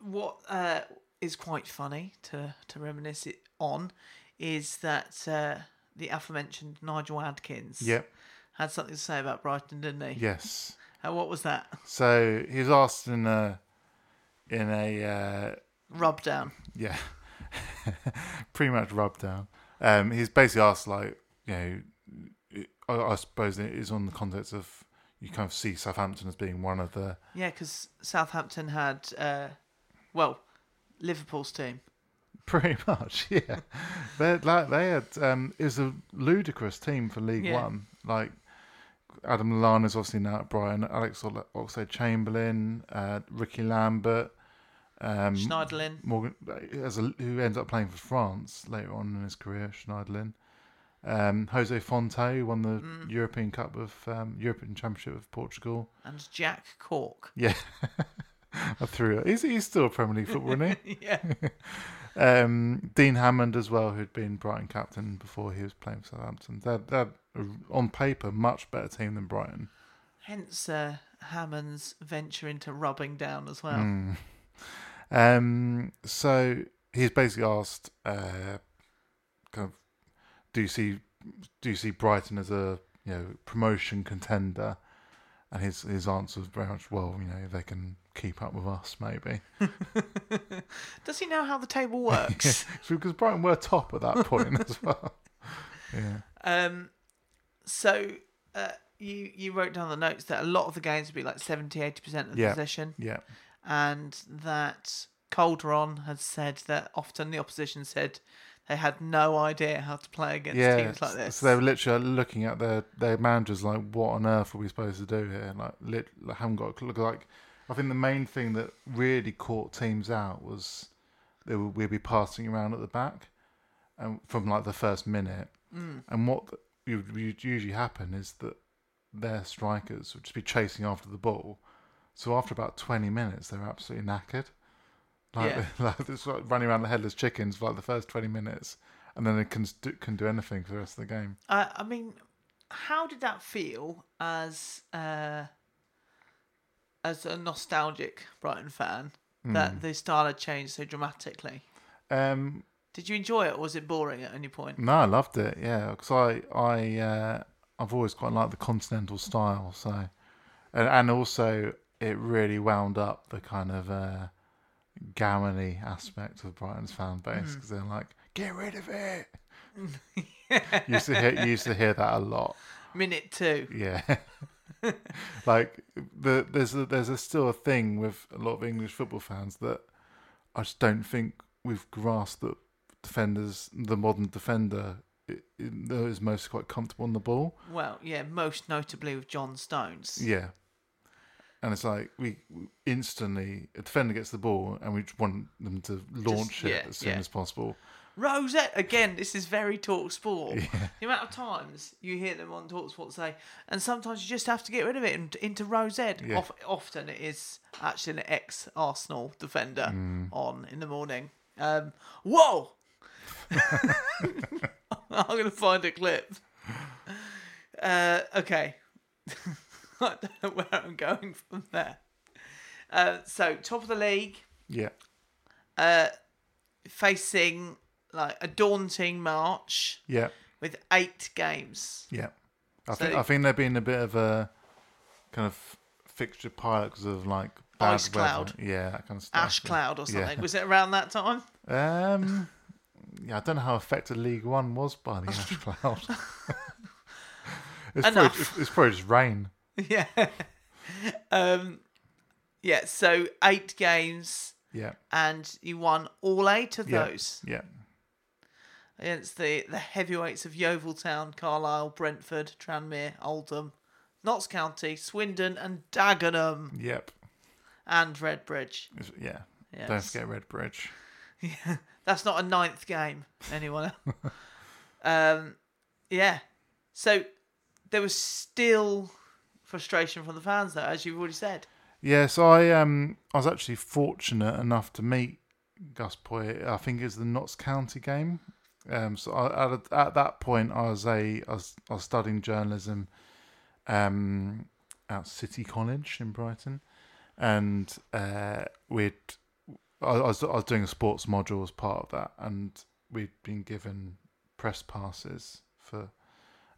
Speaker 3: what uh, is quite funny to, to reminisce it on is that uh, the aforementioned Nigel Adkins
Speaker 4: yep,
Speaker 3: had something to say about Brighton, didn't he?
Speaker 4: yes.
Speaker 3: And what was that?
Speaker 4: So he was asked in a in a uh,
Speaker 3: Rub down.
Speaker 4: yeah, pretty much rub down. Um, he's basically asked like you know, it- I, I suppose it is on the context of you kind of see Southampton as being one of the
Speaker 3: Yeah, because Southampton had, uh, well, Liverpool's team.
Speaker 4: pretty much yeah. they like they had um, it was a ludicrous team for League
Speaker 3: Yeah.
Speaker 4: One like. Adam Lallana's obviously now at Brighton. Alex Oxlade Chamberlain, uh, Ricky Lambert, um,
Speaker 3: Schneiderlin.
Speaker 4: Morgan, uh, as a, who ends up playing for France later on in his career, Schneiderlin. Um, Jose Fonte who won the European Cup of um, European Championship of Portugal.
Speaker 3: and Jack Cork.
Speaker 4: Yeah, I threw it. He's, he's still a Premier League footballer, isn't
Speaker 3: Yeah.
Speaker 4: he? Um, Dean Hammond as well, who'd been Brighton captain before he was playing for Southampton. They're, they're a- on paper much better team than Brighton.
Speaker 3: Hence uh, Hammond's venture into rubbing down as well.
Speaker 4: Um, so he's basically asked, uh, kind of, do you see, do you see Brighton as a you know promotion contender? And his his answer was very much, well, you know, they can keep up with us maybe,
Speaker 3: Does he know how the table works?
Speaker 4: So, because Brighton were top at that point as well. Yeah,
Speaker 3: um, so uh, you you wrote down the notes that a lot of the games would be like 70 80% of the
Speaker 4: Yeah.
Speaker 3: possession,
Speaker 4: yeah,
Speaker 3: and that Calderon had said that often the opposition said they had no idea how to play against
Speaker 4: yeah.
Speaker 3: teams like this.
Speaker 4: So they were literally looking at their their managers like, what on earth are we supposed to do here? Like, lit, like haven't got a clue. Like, I think the main thing that really caught teams out was they would, we'd be passing around at the back, and from like the first minute. And what th- would would usually happen is that their strikers would just be chasing after the ball. So after about twenty minutes, they're absolutely knackered. Like,
Speaker 3: Yeah.
Speaker 4: like it's like running around the headless chickens for like the first twenty minutes, and then they can s- do, can do anything for the rest of the game.
Speaker 3: I, I mean, how did that feel as uh, as a nostalgic Brighton fan
Speaker 4: Hmm.
Speaker 3: that the style had changed so dramatically?
Speaker 4: Um,
Speaker 3: Did you enjoy it, or was it boring at any point?
Speaker 4: No, I loved it. Yeah, because I I uh, I've always quite liked the continental style. So, and, and also it really wound up the kind of uh, gammony aspect of Brighton's fan base because they're like, get rid of it. You used to hear you used to hear that a lot.
Speaker 3: Minute two,
Speaker 4: Yeah. like the there's a, there's a still a thing with a lot of English football fans that I just don't think we've grasped that defenders the modern defender i- i- is most quite comfortable on the ball.
Speaker 3: well, yeah, most notably with John Stones.
Speaker 4: Yeah. And it's like we instantly a defender gets the ball and we just want them to launch it
Speaker 3: yeah,
Speaker 4: as soon
Speaker 3: yeah.
Speaker 4: as possible.
Speaker 3: Rosette again. This is very talk sport. The amount of times you hear them on talk sport say, and sometimes you just have to get rid of it and into Rosette.
Speaker 4: Yeah.
Speaker 3: Of, often it is actually an ex Arsenal defender
Speaker 4: Mm.
Speaker 3: on in the morning. Um, whoa! I'm gonna find a clip. Uh, okay, I don't know where I'm going from there. Uh, so top of the league
Speaker 4: Yeah.
Speaker 3: facing like a daunting March
Speaker 4: Yeah.
Speaker 3: with eight games.
Speaker 4: Yeah, I
Speaker 3: So-
Speaker 4: think I think they're being a bit of a kind of fixture pilot because of like bad
Speaker 3: Ice
Speaker 4: weather.
Speaker 3: cloud.
Speaker 4: yeah, that kind of stuff.
Speaker 3: Ash Cloud or something.
Speaker 4: Yeah.
Speaker 3: Was it around that time?
Speaker 4: Um, yeah, I don't know how affected League One was by the ash cloud. it's, probably,
Speaker 3: Enough.
Speaker 4: it's probably just rain.
Speaker 3: yeah. Um, yeah, so eight games
Speaker 4: Yeah,
Speaker 3: and you won all eight of
Speaker 4: yeah,
Speaker 3: those
Speaker 4: yeah,
Speaker 3: against the, the heavyweights of Yeovil Town, Carlisle, Brentford, Tranmere, Oldham, Notts County, Swindon and Dagenham.
Speaker 4: yep.
Speaker 3: and Redbridge.
Speaker 4: It's- Yeah.
Speaker 3: Yes.
Speaker 4: Don't forget Red Bridge.
Speaker 3: Yeah, that's not a ninth game. Anyone? else? um, yeah. So there was still frustration from the fans, though, as you've already said.
Speaker 4: Yes, I um I was actually fortunate enough to meet Gus Poyet. I think it was the Notts County game. Um, so I, at, at that point, I was a I was, I was studying journalism, um, at City College in Brighton, and uh, we'd I, I was I was doing a sports module as part of that, and we'd been given press passes for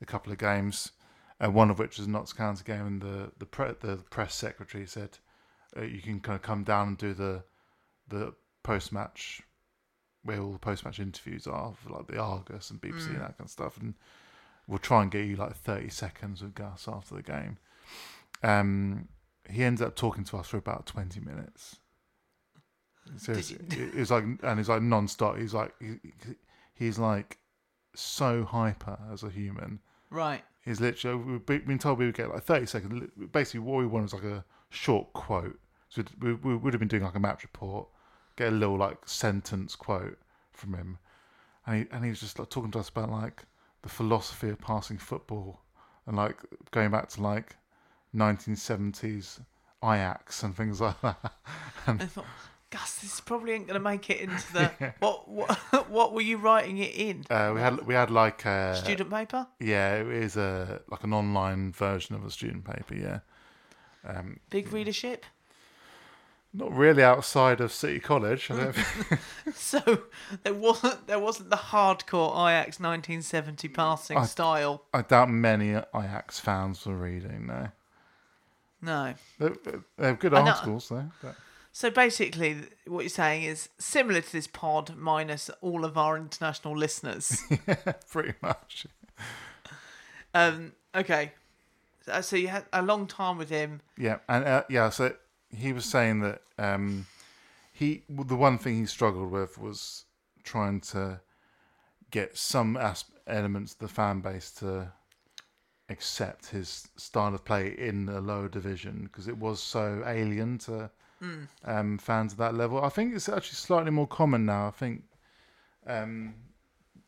Speaker 4: a couple of games uh, one of which was a Notts County game, and the the, pre- the press secretary said, uh, "You can kind of come down and do the the post match, where all the post match interviews are, for like the Argus and BBC and that kind of stuff, and we'll try and get you like thirty seconds of Gus after the game." Um, he ends up talking to us for about twenty minutes. Seriously, it it was like, and he's like non-stop. He's like, he, he- he's like so hyper as a human.
Speaker 3: Right.
Speaker 4: He's literally we've be- been told we would get like thirty seconds. Li- Basically, what we wanted was like a short quote. So we'd- we, we would have been doing like a match report, get a little like sentence quote from him, and he and he was just like talking to us about like the philosophy of passing football and like going back to like nineteen seventies Ajax and things like that. Um,
Speaker 3: I thought, Gus, this probably ain't going to make it into the. What, what What were you writing it in?
Speaker 4: Uh, we had we had like a,
Speaker 3: Student paper?
Speaker 4: yeah, it is a like an online version of a student paper. Yeah,
Speaker 3: Big readership?
Speaker 4: not really outside of City College. I don't think.
Speaker 3: So there wasn't there wasn't the hardcore Ajax 1970 passing
Speaker 4: Mm. I-
Speaker 3: style.
Speaker 4: I doubt many Ajax fans were reading. No,
Speaker 3: No.
Speaker 4: they, they have good
Speaker 3: I know.
Speaker 4: articles though. but-
Speaker 3: So basically, th- what you're saying is similar to this pod, minus all of our international listeners.
Speaker 4: pretty much.
Speaker 3: um, okay. So- So you had a long time with him.
Speaker 4: Yeah, and uh, yeah, so he was saying that um, he the one thing he struggled with was trying to get some asp- elements of the fan base to accept his style of play in a lower division because it was so alien to um, fans at that level. I think it's actually slightly more common now. I think um,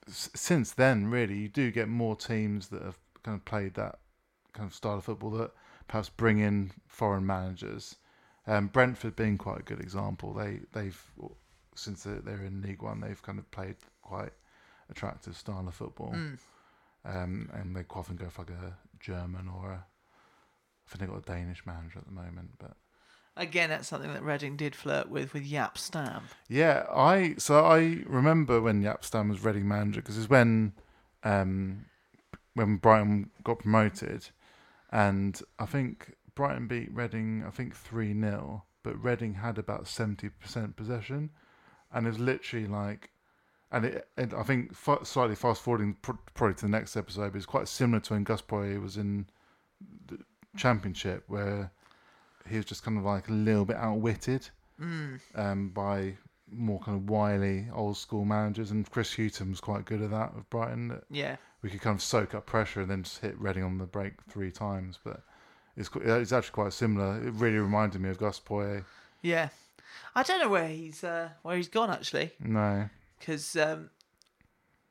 Speaker 4: s- since then, really, you do get more teams that have kind of played that kind of style of football that perhaps bring in foreign managers. Um, Brentford being quite a good example. They they've since they're- they're in League One, they've kind of played quite attractive style of football, um, and they quite often go for like a German or a. I think they've got a Danish manager at the moment, but
Speaker 3: Again, that's something that Reading did flirt with with Yap Stam.
Speaker 4: yeah, I so I remember when Yapstam was Reading manager because it's when um, when Brighton got promoted, and I think Brighton beat Reading I think three 0 but Reading had about seventy percent possession, and it was literally like, and it, and I think fa- slightly fast forwarding pr- probably to the next episode, but it's quite similar to when Gus Poirier was in the Championship where he was just kind of like a little bit outwitted um, by more kind of wily old school managers, and Chris Hughton was quite good at that with Brighton. that
Speaker 3: Yeah.
Speaker 4: We could kind of soak up pressure and then just hit Reading on the break three times, but it's qu- it's actually quite similar. It really reminded me of Gus Poyet.
Speaker 3: Yeah. I don't know where he's uh, where he's gone actually,
Speaker 4: No,
Speaker 3: because um,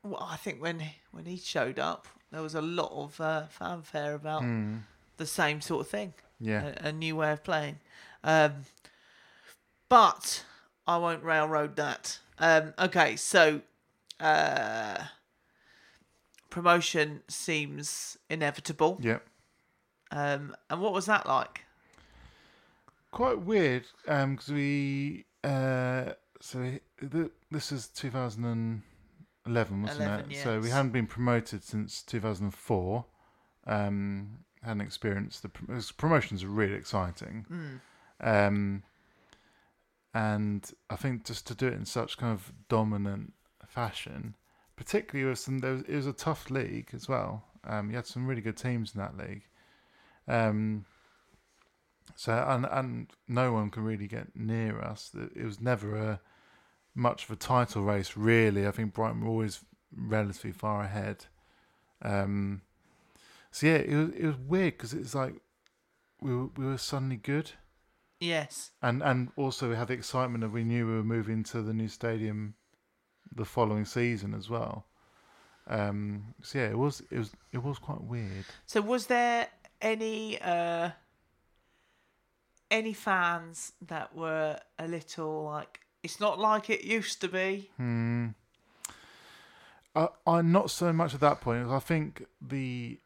Speaker 3: well, I think when when he showed up, there was a lot of uh, fanfare about the same sort of thing.
Speaker 4: yeah,
Speaker 3: a, a new way of playing. Um, but I won't railroad that. Um, okay, so uh, promotion seems inevitable.
Speaker 4: yeah.
Speaker 3: Um, and what was that like?
Speaker 4: quite weird because we uh, so he- th- this is 2011 wasn't
Speaker 3: 11,
Speaker 4: it so we
Speaker 3: yes.
Speaker 4: hadn't been promoted since 2004 um hadn't experienced the pr- because promotions are really exciting um and i think just to do it in such kind of dominant fashion particularly with some there was, it was a tough league as well um you had some really good teams in that league um so and and no one can really get near us. It was never a much of a title race, really. I think Brighton were always relatively far ahead. Um, so yeah, it was it was weird because it was like we were, we were suddenly good,
Speaker 3: Yes.
Speaker 4: and and also we had the excitement of we knew we were moving to the new stadium the following season as well. Um, so yeah, it was it was it was quite weird.
Speaker 3: So was there any uh any fans that were a little like it's not like it used to be?
Speaker 4: I, I not so much at that point. I think the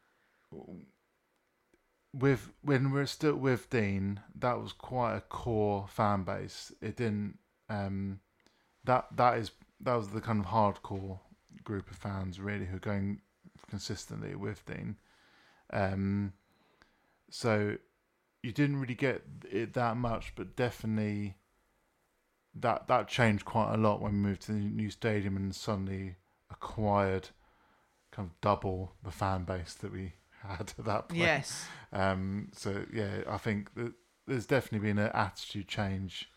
Speaker 4: with when we're still with Dean, that was quite a core fan base. It didn't um, that that is that was the kind of hardcore group of fans really who are going consistently with Dean. Um, so you didn't really get it that much, but definitely that that changed quite a lot when we moved to the new stadium and suddenly acquired kind of double the fan base that we had at that point.
Speaker 3: Yes.
Speaker 4: Um, so yeah, I think that there's definitely been an attitude change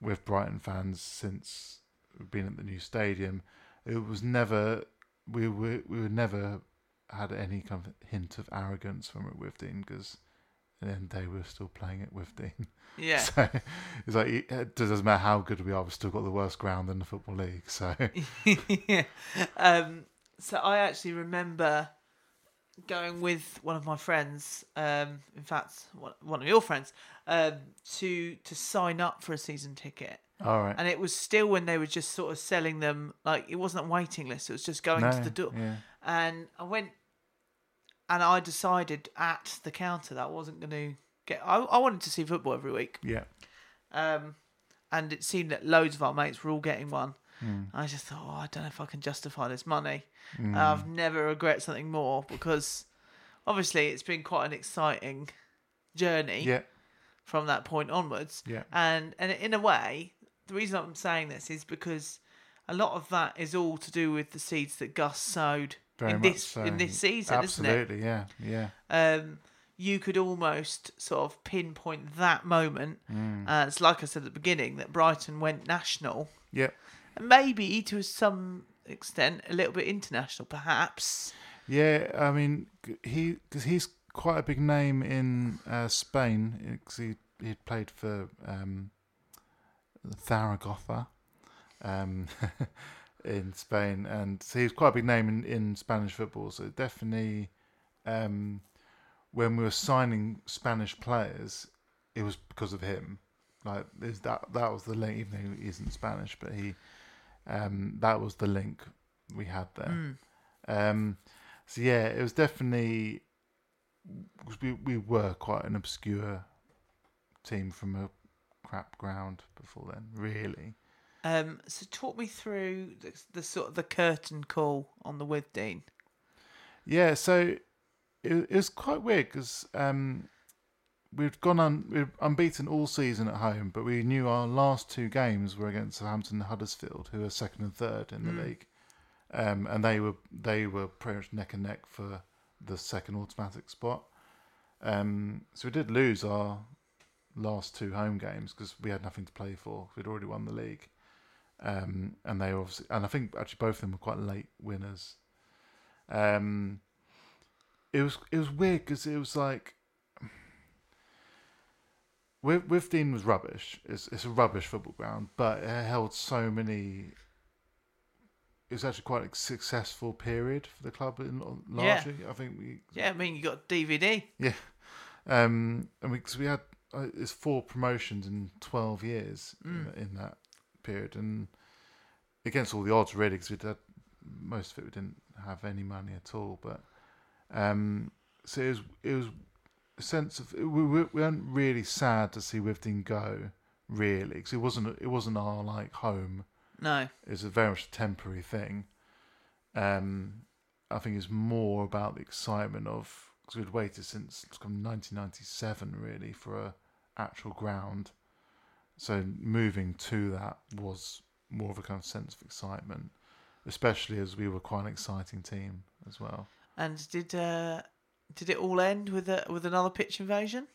Speaker 4: with Brighton fans since we've been at the new stadium. It was never we were we were never had any kind of hint of arrogance when we were with Dean because at the end of the day we were still playing it with Dean.
Speaker 3: Yeah.
Speaker 4: So it's like it doesn't matter how good we are, we've still got the worst ground in the football league. So
Speaker 3: yeah. Um, so I actually remember going with one of my friends, um, in fact, one one of your friends, um, to to sign up for a season ticket.
Speaker 4: all right,
Speaker 3: And it was still when they were just sort of selling them, like it wasn't a waiting list, it was just going to
Speaker 4: No,
Speaker 3: the door.
Speaker 4: yeah.
Speaker 3: And I went and I decided at the counter that I wasn't going to get, I, I wanted to see football every week.
Speaker 4: yeah,
Speaker 3: Um, and it seemed that loads of our mates were all getting one.
Speaker 4: Hmm.
Speaker 3: I just thought, oh, I don't know if I can justify this money.
Speaker 4: Hmm.
Speaker 3: And I've never regret something more because obviously it's been quite an exciting journey
Speaker 4: yeah,
Speaker 3: from that point onwards.
Speaker 4: Yeah.
Speaker 3: And and in a way, the reason I'm saying this is because a lot of that is all to do with the seeds that Gus sowed
Speaker 4: very
Speaker 3: in
Speaker 4: much
Speaker 3: this
Speaker 4: so.
Speaker 3: in this season,
Speaker 4: Absolutely,
Speaker 3: isn't it?
Speaker 4: yeah, yeah.
Speaker 3: Um you could almost sort of pinpoint that moment. Uh, it's like I said at the beginning that Brighton went national,
Speaker 4: Yep.
Speaker 3: and maybe to some extent a little bit international, perhaps.
Speaker 4: Yeah, I mean, g- he because he's quite a big name in uh, Spain because he he'd played for um, Zaragoza um, in Spain, and so he's quite a big name in, in Spanish football. So definitely, um, when we were signing Spanish players, it was because of him. Like is that that was the link, even though he isn't Spanish, but he um, that was the link we had there. Um, so yeah, it was definitely 'cause we we were quite an obscure team from a crap ground before then, really.
Speaker 3: Um, so talk me through the, the sort of the curtain call on the with Dean.
Speaker 4: Yeah, so it, it was quite weird because um, we'd gone un, we were unbeaten all season at home, but we knew our last two games were against Southampton and Huddersfield, who are second and third in the league, um, and they were they were pretty much neck and neck for the second automatic spot. Um, so we did lose our last two home games because we had nothing to play for. We'd already won the league, um, and they were obviously and I think actually both of them were quite late winners. Um, it was it was weird because it was like with with Dean was rubbish. It's it's a rubbish football ground, but it held so many. It was actually quite a successful period for the club. In, largely, I think we
Speaker 3: Yeah, I mean you got DVD.
Speaker 4: yeah. Um, and we, cause we had uh, it's four promotions in 12 years in, in that period. And against all the odds, really, because we'd had most of it, we didn't have any money at all. But um, so it was, it was a sense of we, we, we weren't really sad to see Withden go, really, because it wasn't, it wasn't our like home
Speaker 3: No.
Speaker 4: is a very much a temporary thing. Um, I think it's more about the excitement of because we'd waited since it's come 1997 really for a actual ground. So moving to that was more of a kind of sense of excitement, especially as we were quite an exciting team as well.
Speaker 3: And did uh, did it all end with a with another pitch invasion?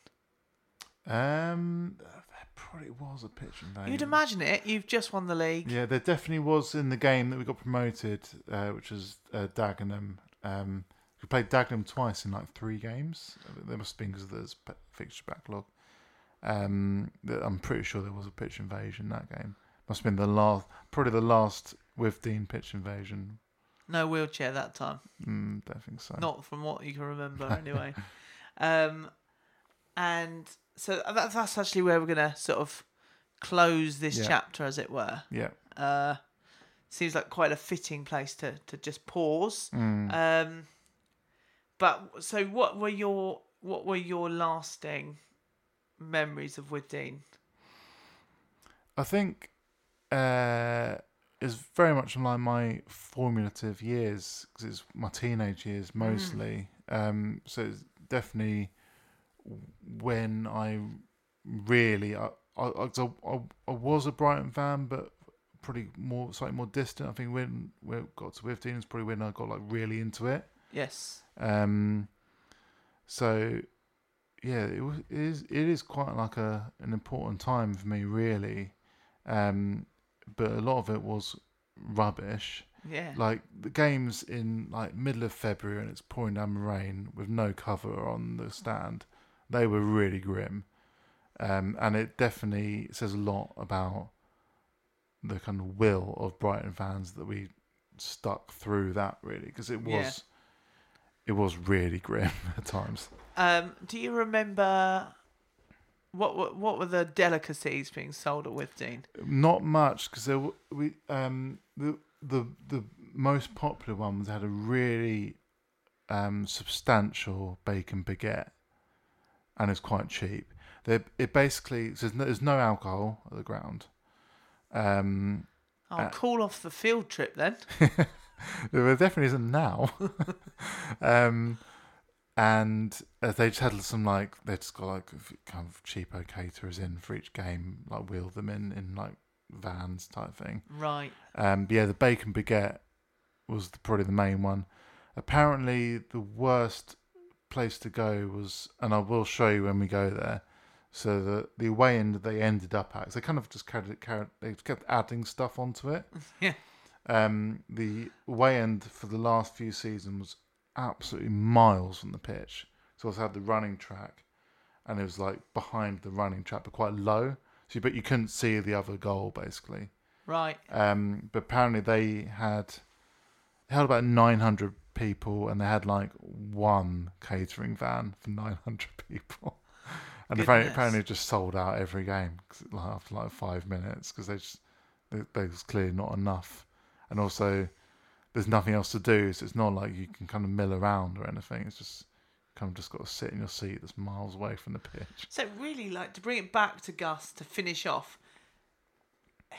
Speaker 4: Um, there probably was a pitch invasion.
Speaker 3: You'd imagine it. You've just won the league.
Speaker 4: Yeah, there definitely was in the game that we got promoted, uh, which was uh, Dagenham. Um, we played Dagenham twice in like three games. There must have been because of the sp- fixture backlog. Um, th- I'm pretty sure there was a pitch invasion that game. Must have been the last, probably the last with Dean pitch invasion.
Speaker 3: No wheelchair that time.
Speaker 4: Mm, don't think so.
Speaker 3: Not from what you can remember, anyway. um, and so that, that's actually where we're going to sort of close this
Speaker 4: Yeah.
Speaker 3: chapter, as it were.
Speaker 4: Yeah.
Speaker 3: Uh, seems like quite a fitting place to, to just pause.
Speaker 4: mm.
Speaker 3: Um, but so, what were your what were your lasting memories of with Dean?
Speaker 4: I think uh, is very much in line my formative years because it's my teenage years mostly. Um, so it's definitely when I really I I, 'cause I I I was a Brighton fan, but probably more slightly more distant. I think when when it got to 15 is probably when I got like really into it.
Speaker 3: Yes.
Speaker 4: Um, so yeah, it, was, it is it is quite like a an important time for me, really. Um, but a lot of it was rubbish.
Speaker 3: Yeah.
Speaker 4: Like the games in like middle of February and it's pouring down rain with no cover on the stand. They were really grim, um, and it definitely says a lot about the kind of will of Brighton fans that we stuck through that really because it was
Speaker 3: Yeah.
Speaker 4: it was really grim at times.
Speaker 3: Um, do you remember what, what what were the delicacies being sold at with Dean?
Speaker 4: Not much because we um the the the most popular ones had a really um substantial bacon baguette, and it's quite cheap. They it basically so there's no, there's no alcohol at the ground. Um,
Speaker 3: I'll call off the field trip then.
Speaker 4: there definitely isn't now. um, and uh, they just had some like they just got like f- kind of cheapo caterers in for each game, like wheeled them in in like vans type thing.
Speaker 3: Right.
Speaker 4: Um, but yeah, the bacon baguette was the, probably the main one. Apparently, the worst place to go was, and I will show you when we go there. So the the away end that they ended up at, 'cause they kind of just carried, it- carried they kept adding stuff onto it.
Speaker 3: Yeah.
Speaker 4: Um, the away end for the last few seasons was absolutely miles from the pitch. So I also had the running track, and it was like behind the running track, but quite low. So, but you couldn't see the other goal basically.
Speaker 3: Right.
Speaker 4: Um, but apparently they had they had about nine hundred people, and they had like one catering van for nine hundred people. And apparently,
Speaker 3: Goodness.
Speaker 4: apparently, it just sold out every game 'cause, like, after like five minutes because they just there- there's clearly not enough, and also there's nothing else to do, so it's not like you can kind of mill around or anything. It's just kind of just got to sit in your seat that's miles away from the pitch.
Speaker 3: So really, like to bring it back to Gus to finish off.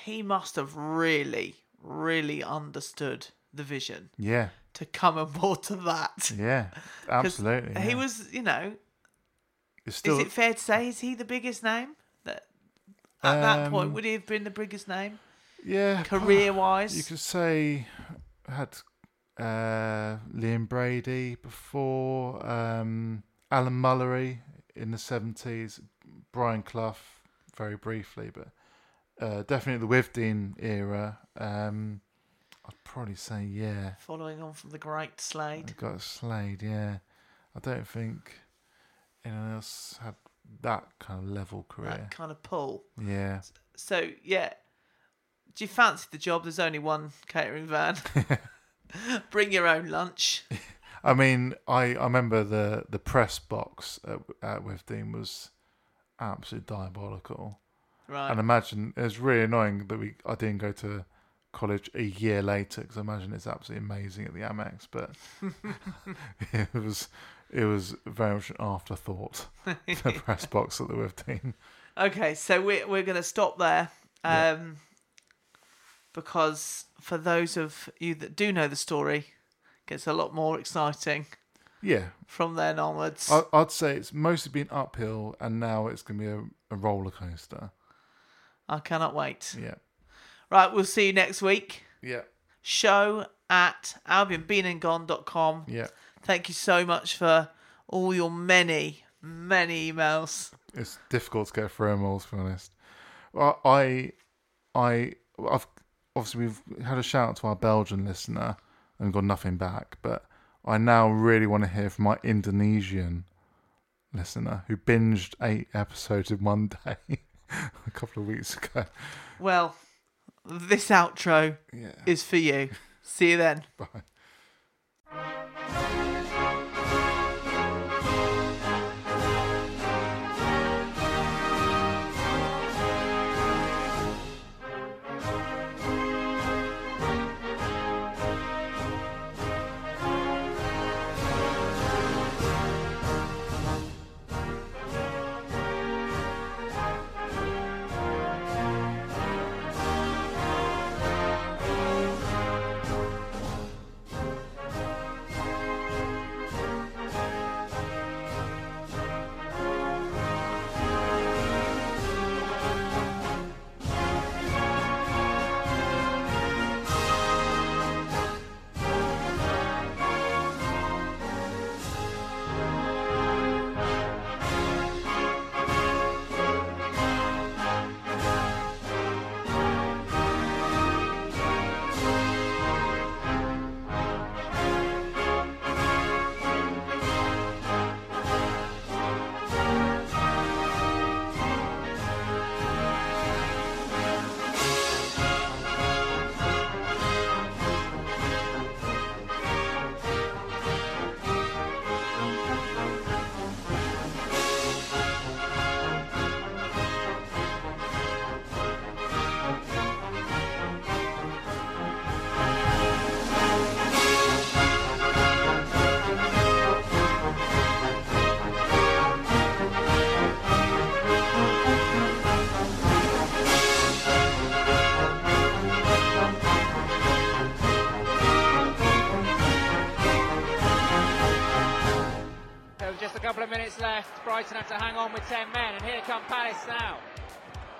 Speaker 3: He must have really, really understood the vision
Speaker 4: Yeah,
Speaker 3: to come aboard to that.
Speaker 4: yeah,
Speaker 3: 'Cause
Speaker 4: absolutely.
Speaker 3: He
Speaker 4: yeah.
Speaker 3: was, you know,
Speaker 4: It's still
Speaker 3: is it fair to say is he the biggest name that at that point
Speaker 4: Um,
Speaker 3: would he have been the biggest name
Speaker 4: yeah
Speaker 3: career
Speaker 4: You
Speaker 3: wise?
Speaker 4: could say had uh, Liam Brady before, um, Alan Mullery in the seventies, Brian Clough very briefly, but uh, definitely the Wivdean era. Um, I'd probably say yeah.
Speaker 3: Following on from the Great Slade.
Speaker 4: I've got Slade, yeah. I don't think anyone else had that kind of level career.
Speaker 3: That kind of pull.
Speaker 4: yeah.
Speaker 3: So yeah, do you fancy the job? There's only one catering van. Bring your own lunch.
Speaker 4: I mean, I, I remember the, the press box at, at Withdean was absolutely diabolical.
Speaker 3: Right.
Speaker 4: And imagine it was really annoying that we I didn't go to college a year later because I imagine it's absolutely amazing at the Amex, but it was it was very much an afterthought. the press box at the Withdean.
Speaker 3: Okay, so we're we're gonna stop there, um, because for those of you that do know the story, it gets a lot more exciting
Speaker 4: Yeah,
Speaker 3: from then onwards.
Speaker 4: I, I'd say it's mostly been uphill, and now it's gonna be a, a roller coaster.
Speaker 3: I cannot wait.
Speaker 4: Yeah,
Speaker 3: Right, we'll see you next week.
Speaker 4: yeah,
Speaker 3: Show at albionbeenandgone.com.
Speaker 4: yeah.
Speaker 3: Thank you so much for all your many, many emails.
Speaker 4: It's difficult to get through them all, to be honest. Well, I, I, I've obviously we've had a shout out to our Belgian listener and got nothing back, but I now really want to hear from my Indonesian listener who binged eight episodes in one day a couple of weeks ago.
Speaker 3: Well, this outro
Speaker 4: Yeah.
Speaker 3: is for you. See you then.
Speaker 4: Bye.
Speaker 2: So just a couple of minutes left. Brighton have to hang on with 10 men, and here come Palace now.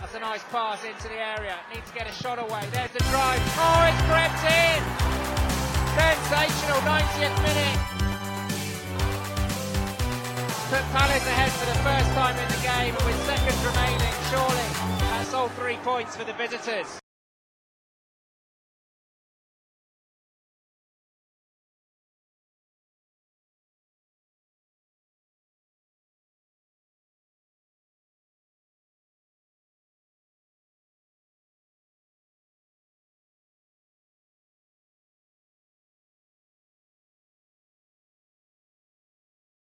Speaker 2: That's a nice pass into the area. Need to get a shot away. There's the drive. Oh, it's crept in! Sensational 90th minute. Put Palace ahead for the first time in the game, and with seconds remaining, surely that's all three points for the visitors.